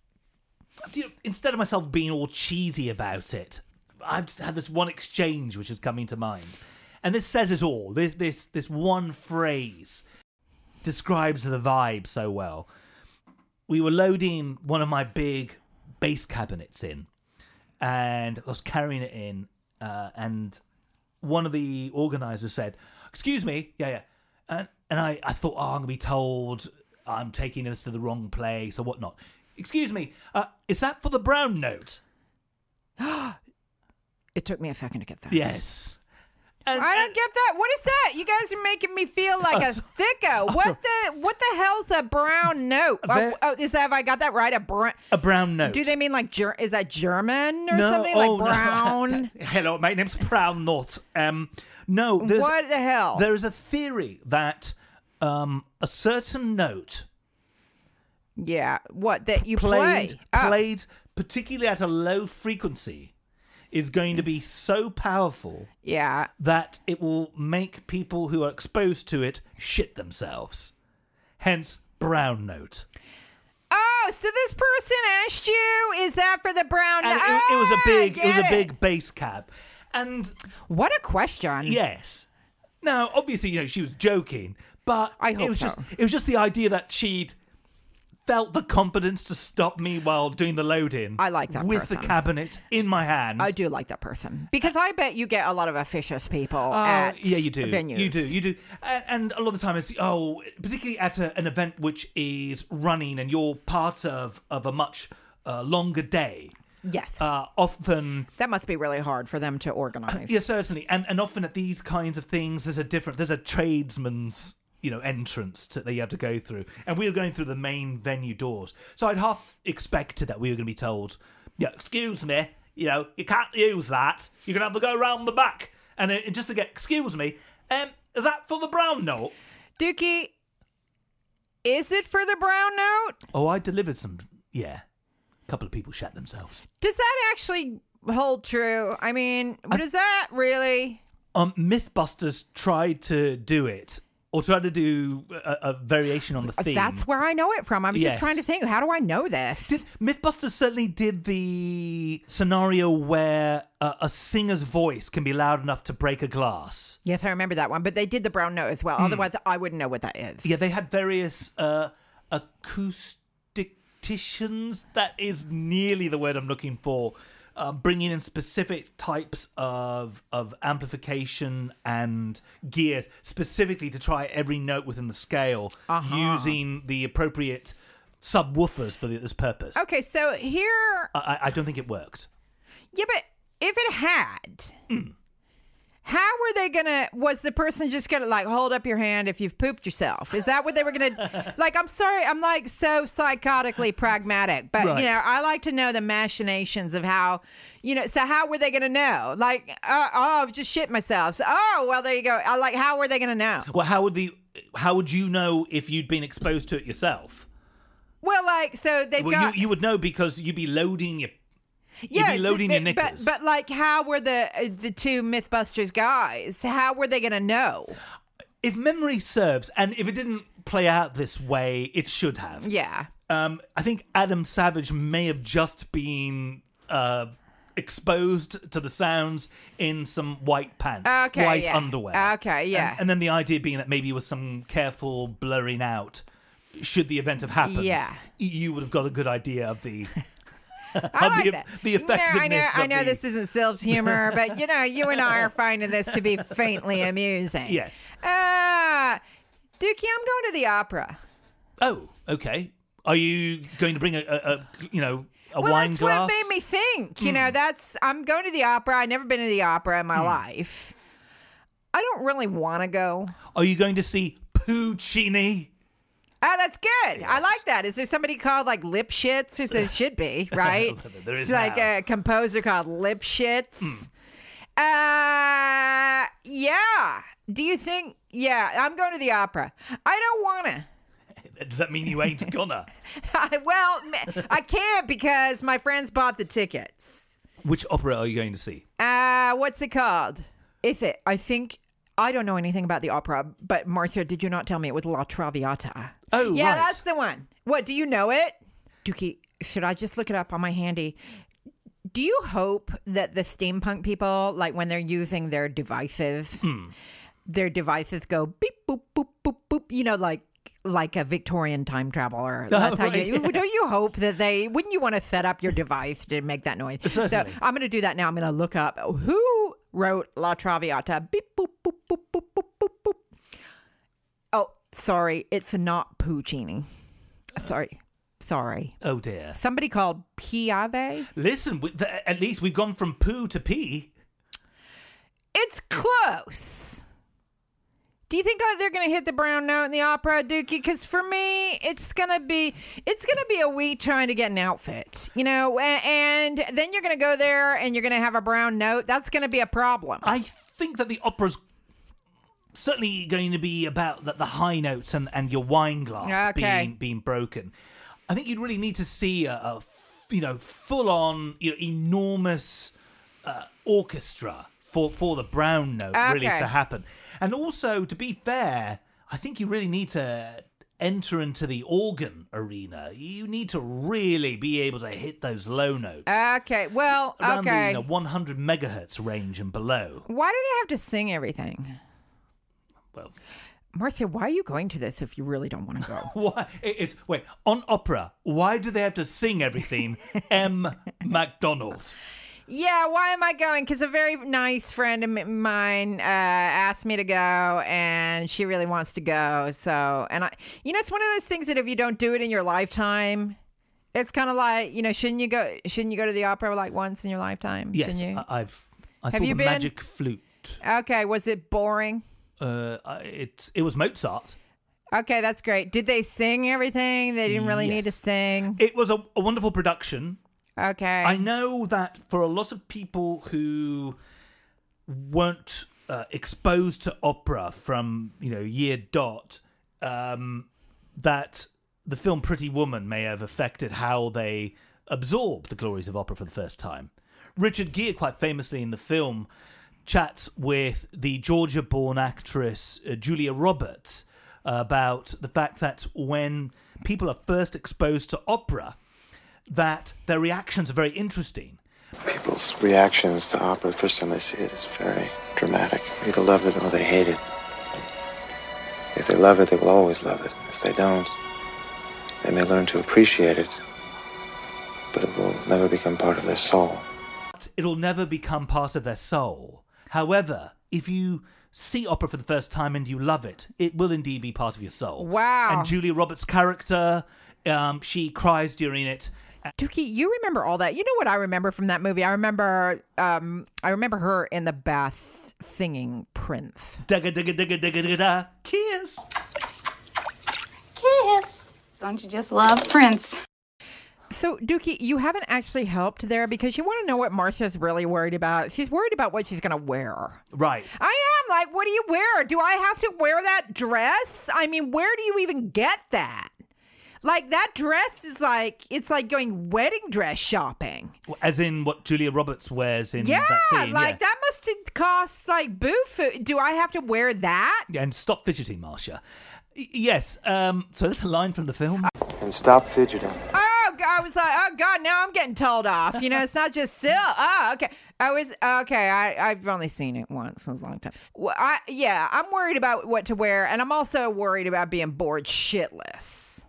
Speaker 3: you know, instead of myself being all cheesy about it, I've just had this one exchange which is coming to mind, and this says it all. This this this one phrase describes the vibe so well. We were loading one of my big bass cabinets in, and I was carrying it in, uh, and one of the organizers said, "Excuse me, yeah, yeah," and and I I thought, oh, I'm gonna be told I'm taking this to the wrong place or whatnot. Excuse me, uh, is that for the brown note?
Speaker 4: It took me a second to get that.
Speaker 3: Yes. And,
Speaker 4: I don't get that. What is that? You guys are making me feel
Speaker 3: [LAUGHS]
Speaker 4: like
Speaker 3: Oh,
Speaker 4: a
Speaker 3: so-
Speaker 4: thicko. What
Speaker 3: so-
Speaker 4: the what the hell's a brown note? Oh,
Speaker 3: There-
Speaker 4: oh, is that have I got that right? A brown
Speaker 3: a brown note.
Speaker 4: Do they mean like ger- is that German or
Speaker 3: No,
Speaker 4: something
Speaker 3: oh, no. [LAUGHS]
Speaker 4: like brown?
Speaker 3: Hello, my name's Brown North. Um, no, there's,
Speaker 4: What the hell?
Speaker 3: There is a theory that um, a certain note
Speaker 4: yeah, what that you
Speaker 3: played
Speaker 4: play? Oh,
Speaker 3: played particularly at a low frequency is going to be so powerful
Speaker 4: yeah.
Speaker 3: that it will make people who are exposed to it shit themselves. Hence, brown note.
Speaker 4: Oh, so this person asked you, is that for the brown?
Speaker 3: And
Speaker 4: oh,
Speaker 3: it, it was a
Speaker 4: I
Speaker 3: big, it was
Speaker 4: get
Speaker 3: a big bass cab, and
Speaker 4: What a question!
Speaker 3: yes. Now, obviously, you know she was joking, but
Speaker 4: I
Speaker 3: it
Speaker 4: hope
Speaker 3: was
Speaker 4: so.
Speaker 3: just it was just the idea that she'd felt the confidence to stop me while doing the load in.
Speaker 4: I like that
Speaker 3: with the
Speaker 4: person.
Speaker 3: cabinet in my hand.
Speaker 4: I do like that person because I bet you get a lot of officious people
Speaker 3: Oh,
Speaker 4: at
Speaker 3: yeah, you do.
Speaker 4: venues.
Speaker 3: You do. You do. And, and a lot of the time, it's oh, particularly at a, an event which is running and you're part of of a much uh, longer day.
Speaker 4: Yes.
Speaker 3: Uh, often
Speaker 4: that must be really hard for them to organize.
Speaker 3: Yeah, certainly. And and often at these kinds of things, there's a different there's a tradesman's you know entrance to, that you have to go through, and we were going through the main venue doors. So I'd half expected that we were going to be told, "Yeah, excuse me, you know, you can't use that. You're going to have to go round the back." And it, it just to get, "Excuse me, um, is that for the brown note?"
Speaker 4: Dookie, is it for the brown note?
Speaker 3: Oh, I delivered some. Yeah, a couple of people shat themselves.
Speaker 4: Does that actually hold true? I mean, does that really?
Speaker 3: Um, MythBusters tried to do it. Or tried to do a, a variation on the theme.
Speaker 4: That's where I know it from. I was
Speaker 3: Yes.
Speaker 4: just trying to think, how do I know this?
Speaker 3: Mythbusters certainly did the scenario where uh, a singer's voice can be loud enough to break a glass.
Speaker 4: yes, I remember that one, but they did the brown note as well. Otherwise, I wouldn't know what that is.
Speaker 3: Hmm. Yeah, they had various uh, acousticians. That is nearly the word I'm looking for. Uh, bringing in specific types of of amplification and gear, specifically to try every note within the scale, using the appropriate subwoofers for this purpose.
Speaker 4: Okay, so here
Speaker 3: I, I- I don't think it worked.
Speaker 4: Yeah, but if it had,
Speaker 3: Hmm.
Speaker 4: how were they gonna? Was the person just gonna like hold up your hand if you've pooped yourself? Is that what they were
Speaker 3: [LAUGHS]
Speaker 4: gonna? like, I'm sorry, I'm like so psychotically pragmatic, but
Speaker 3: Right.
Speaker 4: you know, I like to know the machinations of how, you know. So how were they gonna know? Like, uh, oh, I've just shit myself. So, oh, well, there you go. I like. How were they gonna know?
Speaker 3: Well, how would the how would you know if you'd been exposed to it yourself?
Speaker 4: Well, like, so they've
Speaker 3: Well,
Speaker 4: got.
Speaker 3: you you would know because you'd be loading your.
Speaker 4: yeah,
Speaker 3: be loading
Speaker 4: but,
Speaker 3: your knickers.
Speaker 4: But, but like, how were the uh, the two MythBusters guys? How were they gonna know?
Speaker 3: If memory serves, and if it didn't play out this way, it should have.
Speaker 4: Yeah.
Speaker 3: Um, I think Adam Savage may have just been uh exposed to the sounds in some white pants,
Speaker 4: Okay,
Speaker 3: white
Speaker 4: yeah.
Speaker 3: underwear.
Speaker 4: Okay,
Speaker 3: And-
Speaker 4: yeah.
Speaker 3: And, then the idea being that maybe with some careful blurring out, should the event have happened,
Speaker 4: Yeah.
Speaker 3: you would have got a good idea of the
Speaker 4: I
Speaker 3: of
Speaker 4: like
Speaker 3: the-
Speaker 4: that.
Speaker 3: the
Speaker 4: You know, I know,
Speaker 3: effectiveness
Speaker 4: I
Speaker 3: of
Speaker 4: know
Speaker 3: the-
Speaker 4: this isn't
Speaker 3: [LAUGHS]
Speaker 4: Sylve's humor, but you know, you and I are finding this to be faintly amusing.
Speaker 3: yes.
Speaker 4: Uh, Dookie, I'm going to the opera.
Speaker 3: Oh, okay. Are you going to bring a, a, a you know, a
Speaker 4: Well,
Speaker 3: wine
Speaker 4: that's
Speaker 3: glass? Hmm.
Speaker 4: what made me think. You know, that's I'm going to the opera. I've never been to the opera in my life. I don't really want to go.
Speaker 3: Are you going to see Puccini?
Speaker 4: Oh, that's good. I like that. Is there somebody called like Lipschitz? Who says
Speaker 3: [LAUGHS]
Speaker 4: should be right?
Speaker 3: There is
Speaker 4: It's like
Speaker 3: now. Hmm.
Speaker 4: a composer called Lipschitz. Uh, yeah. Do you think? Yeah, I'm going to the opera. I don't wanna. [LAUGHS]
Speaker 3: Does that mean you ain't gonna?
Speaker 4: well, m- I can't because my friends bought the tickets.
Speaker 3: Which opera are you going to see?
Speaker 4: Uh, what's it called? Is it? I think. I don't know anything about the opera, but Martha, did you not tell me it was La Traviata?
Speaker 3: Oh,
Speaker 4: Yeah,
Speaker 3: right.
Speaker 4: that's the one. What, do you know it? Dookie, should I just look it up on my handy? Do you hope that the steampunk people, like when they're using their devices, their devices go beep, boop, boop, boop, boop, you know, like like a Victorian time traveler. That's how
Speaker 3: right,
Speaker 4: you, [LAUGHS] Don't you hope that they, wouldn't you want to set up your device to make that noise? So
Speaker 3: Certainly.
Speaker 4: I'm going to do that now. I'm going to look up who wrote La Traviata. Beep, boop, boop, boop, boop, boop, boop, boop. Oh, sorry. It's not Puccini. Sorry. Sorry.
Speaker 3: Oh dear.
Speaker 4: Somebody called Piave.
Speaker 3: Listen, we- th- at least we've gone from poo to pee.
Speaker 4: It's close. Do you think uh, they're going to hit the brown note in the opera, Dookie? Because for me, it's going to be it's going to be a week trying to get an outfit, you know, a- and then you're going to go there and you're going to have a brown note. That's going to be a problem.
Speaker 3: I think that the opera's certainly going to be about the, the high notes and, and your wine glass
Speaker 4: Ah, Okay.
Speaker 3: being being broken. I think you'd really need to see a, a f- you know full on you know enormous uh, orchestra for for the brown note really
Speaker 4: Ah, Okay.
Speaker 3: to happen. And also to be fair, I think you really need to enter into the organ arena. You need to really be able to hit those low notes.
Speaker 4: Okay. Well,
Speaker 3: Around the
Speaker 4: Ah, okay.
Speaker 3: you know, 100 megahertz range and below.
Speaker 4: Why do they have to sing everything?
Speaker 3: Well,
Speaker 4: Martha, why are you going to this if you really don't want to go?
Speaker 3: Why it- it's wait on opera? Why do they have to sing
Speaker 4: [LAUGHS]
Speaker 3: everything? M. McDonald's.
Speaker 4: yeah, why am I going? Because a very nice friend of m- mine uh, asked me to go, and she really wants to go. So, and I, you know, it's one of those things that if you don't do it in your lifetime, It's kind of like you know, shouldn't you go? Shouldn't you go to the opera like once in your lifetime?
Speaker 3: Yes, uh,
Speaker 4: Shouldn't you?
Speaker 3: I, I've. I saw
Speaker 4: you
Speaker 3: the
Speaker 4: been?
Speaker 3: magic flute.
Speaker 4: okay. Was it boring?
Speaker 3: Uh, I- it it was Mozart.
Speaker 4: Okay, that's great. Did they sing everything? They didn't really need to
Speaker 3: Yes.
Speaker 4: sing.
Speaker 3: It was a, a wonderful production.
Speaker 4: Okay.
Speaker 3: I know that for a lot of people who weren't uh, exposed to opera from you know year dot, um, that the film Pretty Woman may have affected how they absorb the glories of opera for the first time. Richard Gere, quite famously in the film, chats with the Georgia-born actress uh, Julia Roberts about the fact that when people are first exposed to opera, that their reactions are very interesting.
Speaker 6: People's reactions to opera the first time they see it is very dramatic. They either love it or they hate it. If they love it, they will always love it. If they don't, they may learn to appreciate it, but it will never become part of their soul.
Speaker 3: It'll never become part of their soul. However, if you see opera for the first time and you love it, it will indeed be part of your soul.
Speaker 4: Wow.
Speaker 3: And Julia Roberts' character, um, she cries during it.
Speaker 4: Dookie, you remember all that. You know what I remember from that movie? I remember um I remember her in the bath singing Prince.
Speaker 3: Digga, digga, digga, digga, digga, da. Kiss.
Speaker 7: Kiss. Don't you just love Prince?
Speaker 4: So, Dookie, you haven't actually helped there because you want to know what Marcia's really worried about. She's worried about what she's going to wear.
Speaker 3: Right.
Speaker 4: I am. Like, what do you wear? Do I have to wear that dress? I mean, where do you even get that? Like, that dress is like, it's like going wedding dress shopping.
Speaker 3: As in what Julia Roberts wears in
Speaker 4: Yeah,
Speaker 3: Mm, that scene.
Speaker 4: like
Speaker 3: yeah.
Speaker 4: that must have cost like boo food. Do I have to wear that?
Speaker 3: Yeah, And stop fidgeting, Marcia. Y- Yes. Um, so that's a line from the film.
Speaker 6: And stop fidgeting.
Speaker 4: Oh, g- I was like, oh god, now I'm getting told off. You know, it's not just [LAUGHS] Sil. Oh, okay. I was okay. I I've only seen it once. It was a long time. Well, I yeah, I'm worried about what to wear, and I'm also worried about being bored shitless.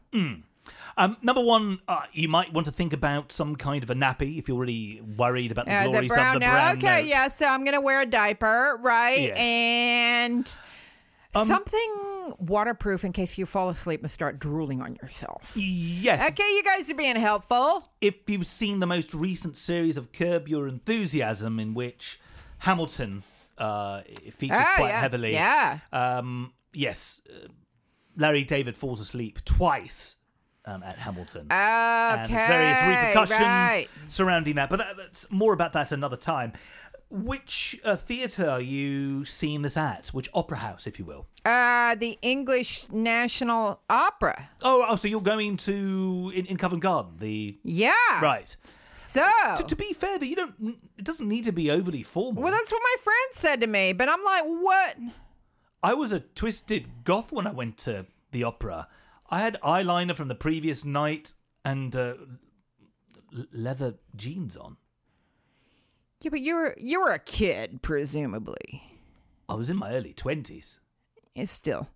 Speaker 3: Um, number one, uh, you might want to think about some kind of a nappy if you're really worried about the
Speaker 4: Uh,
Speaker 3: glories of the
Speaker 4: note.
Speaker 3: brown
Speaker 4: Okay,
Speaker 3: note.
Speaker 4: yeah. So I'm gonna wear a diaper, right?
Speaker 3: Yes. Um,
Speaker 4: And something waterproof in case you fall asleep and start drooling on yourself.
Speaker 3: Yes.
Speaker 4: Okay, you guys are being helpful.
Speaker 3: If you've seen the most recent series of Curb Your Enthusiasm, in which Hamilton uh, it features
Speaker 4: Oh,
Speaker 3: quite
Speaker 4: yeah.
Speaker 3: heavily,
Speaker 4: Yeah.
Speaker 3: Um, yes, uh, Larry David falls asleep twice um, at Hamilton.
Speaker 4: Okay.
Speaker 3: and there's various repercussions
Speaker 4: Right.
Speaker 3: surrounding that. But uh, that's more about that another time. Which uh, theatre are you seeing this at? Which opera house, if you will?
Speaker 4: Uh, the English National Opera.
Speaker 3: Oh, oh so you're going to in, in Covent Garden, the
Speaker 4: Yeah.
Speaker 3: right.
Speaker 4: So.
Speaker 3: To, to be fair, that you don't. It doesn't need to be overly formal.
Speaker 4: well, that's what my friend said to me, but I'm like, what?
Speaker 3: I was a twisted goth when I went to the opera. I had eyeliner from the previous night and uh, l- leather jeans on.
Speaker 4: Yeah, but you were you were a kid, presumably.
Speaker 3: I was in my early twenties.
Speaker 4: is still.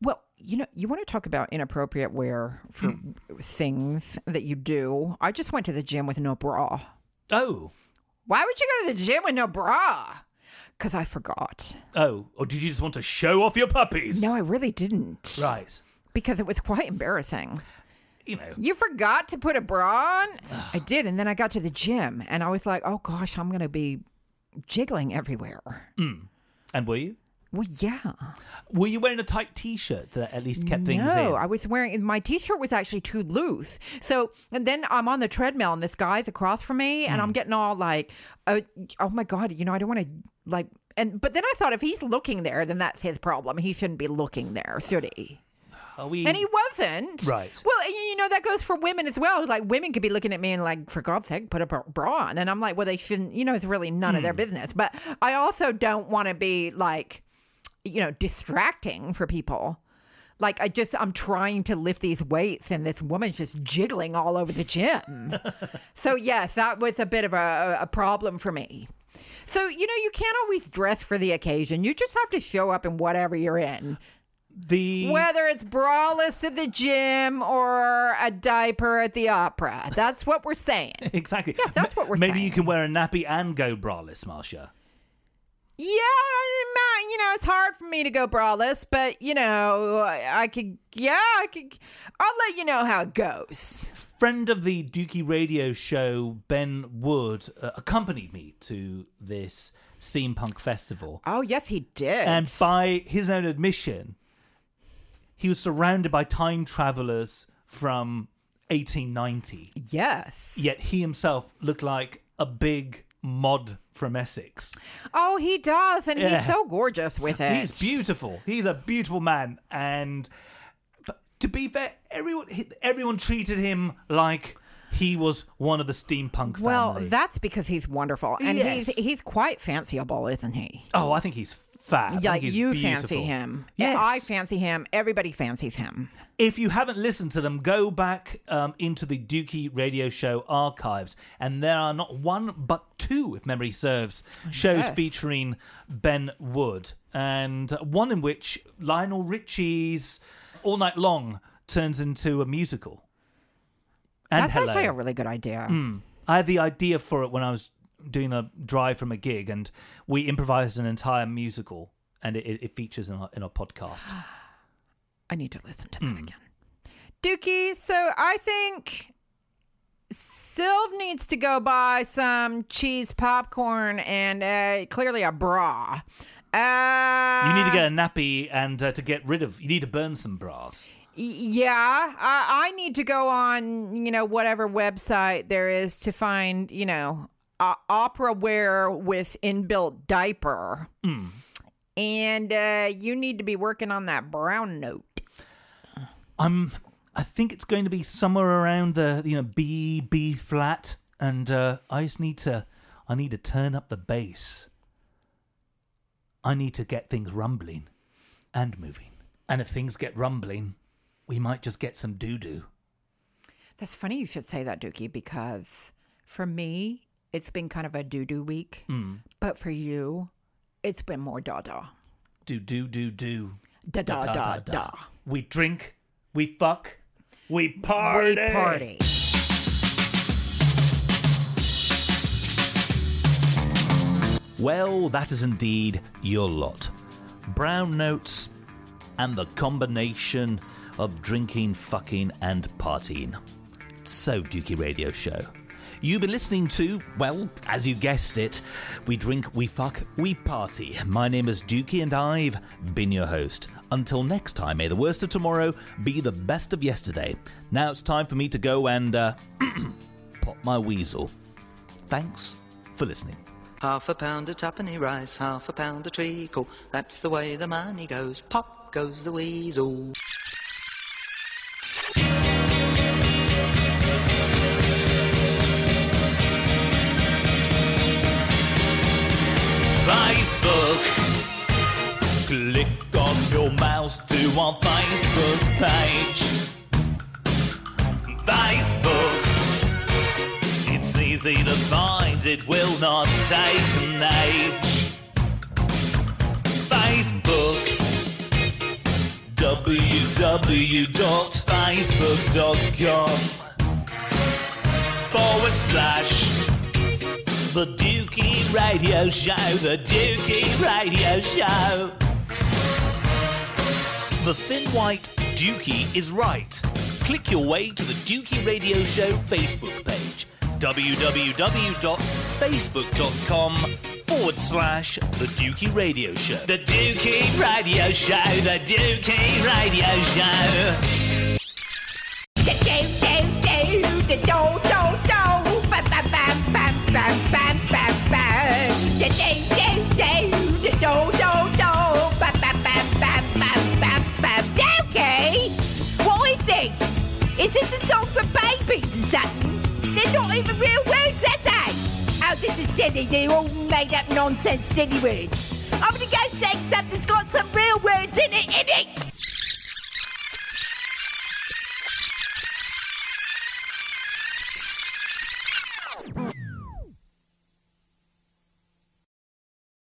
Speaker 4: Well, you know, you want to talk about inappropriate wear for
Speaker 3: Mm.
Speaker 4: things that you do. I just went to the gym with no bra.
Speaker 3: Oh,
Speaker 4: Why would you go to the gym with no bra? Because I forgot.
Speaker 3: oh, or did you just want to show off your puppies?
Speaker 4: No, I really didn't.
Speaker 3: Right.
Speaker 4: Because it was quite embarrassing.
Speaker 3: You know.
Speaker 4: You forgot to put a bra on? I did. And then I got to the gym and I was like, oh gosh, I'm going to be jiggling everywhere.
Speaker 3: And were you?
Speaker 4: Well, yeah.
Speaker 3: Were you wearing a tight T-shirt that at least kept things in?
Speaker 4: no, I was wearing my t-shirt was actually too loose. So and then I'm on the treadmill and this guy's across from me and I'm getting all like, oh, oh my god, you know I don't want to like. And but then I thought if he's looking there, then that's his problem. He shouldn't be looking there, should he?
Speaker 3: Are we?
Speaker 4: And he wasn't.
Speaker 3: Right.
Speaker 4: Well, and you know that goes for women as well. Like women could be looking at me and like, for God's sake, put a bra- bra on. And I'm like, well, they shouldn't. You know, it's really none of their
Speaker 3: Hmm.
Speaker 4: business. But I also don't want to be like, you know, distracting for people. Like I just I'm trying to lift these weights and this woman's just jiggling all over the gym.
Speaker 3: [LAUGHS]
Speaker 4: so yes, that was a bit of a, a problem for me. So you know you can't always dress for the occasion. You just have to show up in whatever you're in.
Speaker 3: the
Speaker 4: Whether it's braless at the gym or a diaper at the opera. That's what
Speaker 3: [LAUGHS]
Speaker 4: we're saying.
Speaker 3: exactly.
Speaker 4: Yes, that's what we're
Speaker 3: Maybe you
Speaker 4: saying.
Speaker 3: can wear a nappy and go braless, Marcia.
Speaker 4: Yeah, I mean, you know, it's hard for me to go braless, but you know, I I could. Yeah, I could. I'll let you know how it goes.
Speaker 3: friend of the Dookie radio show, Ben Wood, uh, accompanied me to this steampunk festival.
Speaker 4: Oh yes, he did.
Speaker 3: And by his own admission, he was surrounded by time travelers from 1890.
Speaker 4: yes.
Speaker 3: Yet he himself looked like a big mod from Essex.
Speaker 4: Oh, he does, and
Speaker 3: Yeah.
Speaker 4: he's so gorgeous with it.
Speaker 3: He's beautiful. He's a beautiful man, and but to be fair, everyone he- everyone treated him like he was one of the steampunk
Speaker 4: Well,
Speaker 3: family.
Speaker 4: that's because he's wonderful, and
Speaker 3: Yes.
Speaker 4: he's he's quite fanciable, isn't he?
Speaker 3: oh, I think he's fab. I think
Speaker 4: like
Speaker 3: he's
Speaker 4: you fancy
Speaker 3: beautiful.
Speaker 4: him.
Speaker 3: Yes,
Speaker 4: I fancy him. Everybody fancies him.
Speaker 3: if you haven't listened to them, go back um, into the Dookie Radio Show archives, and there are not one but two, if memory serves, shows
Speaker 4: Oh, Yes.
Speaker 3: featuring Ben Wood, and one in which Lionel Richie's "All Night Long" turns into a musical. And
Speaker 4: That's
Speaker 3: hello, Mm.
Speaker 4: actually a really good idea.
Speaker 3: I had the idea for it when I was doing a drive from a gig, and we improvised an entire musical, and it, it, it features in our, in our podcast.
Speaker 4: I need to listen to that
Speaker 3: Mm.
Speaker 4: again. Dookie, so I think Sylv needs to go buy some cheese popcorn and uh, clearly a bra. Uh,
Speaker 3: You need to get a nappy and uh, to get rid of. You need to burn some bras.
Speaker 4: Yeah, I, I need to go on, you know, whatever website there is to find, you know, uh, opera wear with inbuilt diaper.
Speaker 3: Mm.
Speaker 4: And uh, you need to be working on that brown note.
Speaker 3: I'm. I think it's going to be somewhere around the you know B B flat, and uh, I just need to. I need to turn up the bass. I need to get things rumbling, and moving. And if things get rumbling, we might just get some doo doo.
Speaker 4: That's funny you should say that, Dookie, because for me, it's been kind of a doo doo week. But for you, it's been more da da.
Speaker 3: Do do do do.
Speaker 4: Da da da da.
Speaker 3: We drink. We fuck. We party.
Speaker 4: We party.
Speaker 3: Well, that is indeed your lot. Brown notes and the combination of drinking, fucking, and partying. So, Dookie Radio Show. You've been listening to, well, as you guessed it, We Drink, We Fuck, We Party. My name is Dookie and I've been your host. Until next time, may the worst of tomorrow be the best of yesterday. Now it's time for me to go and, uh, [CLEARS THROAT] pop my weasel. Thanks for listening.
Speaker 8: Half a pound of tuppenny rice, half a pound of treacle. That's the way the money goes. Pop goes the weasel.
Speaker 3: Facebook. Click on your mouse to our Facebook page. Facebook. It's easy to find, it will not take an age. Facebook. www.facebook.com forward slash the Dookie Radio Show, the Dookie Radio Show. The Thin White Dookie is right. Click your way to the Dookie Radio Show Facebook page www.facebook.com forward slash The Dookie Radio Show. The Dookie Radio Show, The Dookie Radio Show.
Speaker 1: Do do do do do do do. Ba ba ba ba ba ba ba ba. Do do do do do do do do. Ba ba ba ba ba ba ba. Okay. What is this? Is this a song for babies or something? They're not even real words, are they? Oh, this is silly. They're all made up nonsense silly words. I'm gonna go say something that's got some real words in it. In it.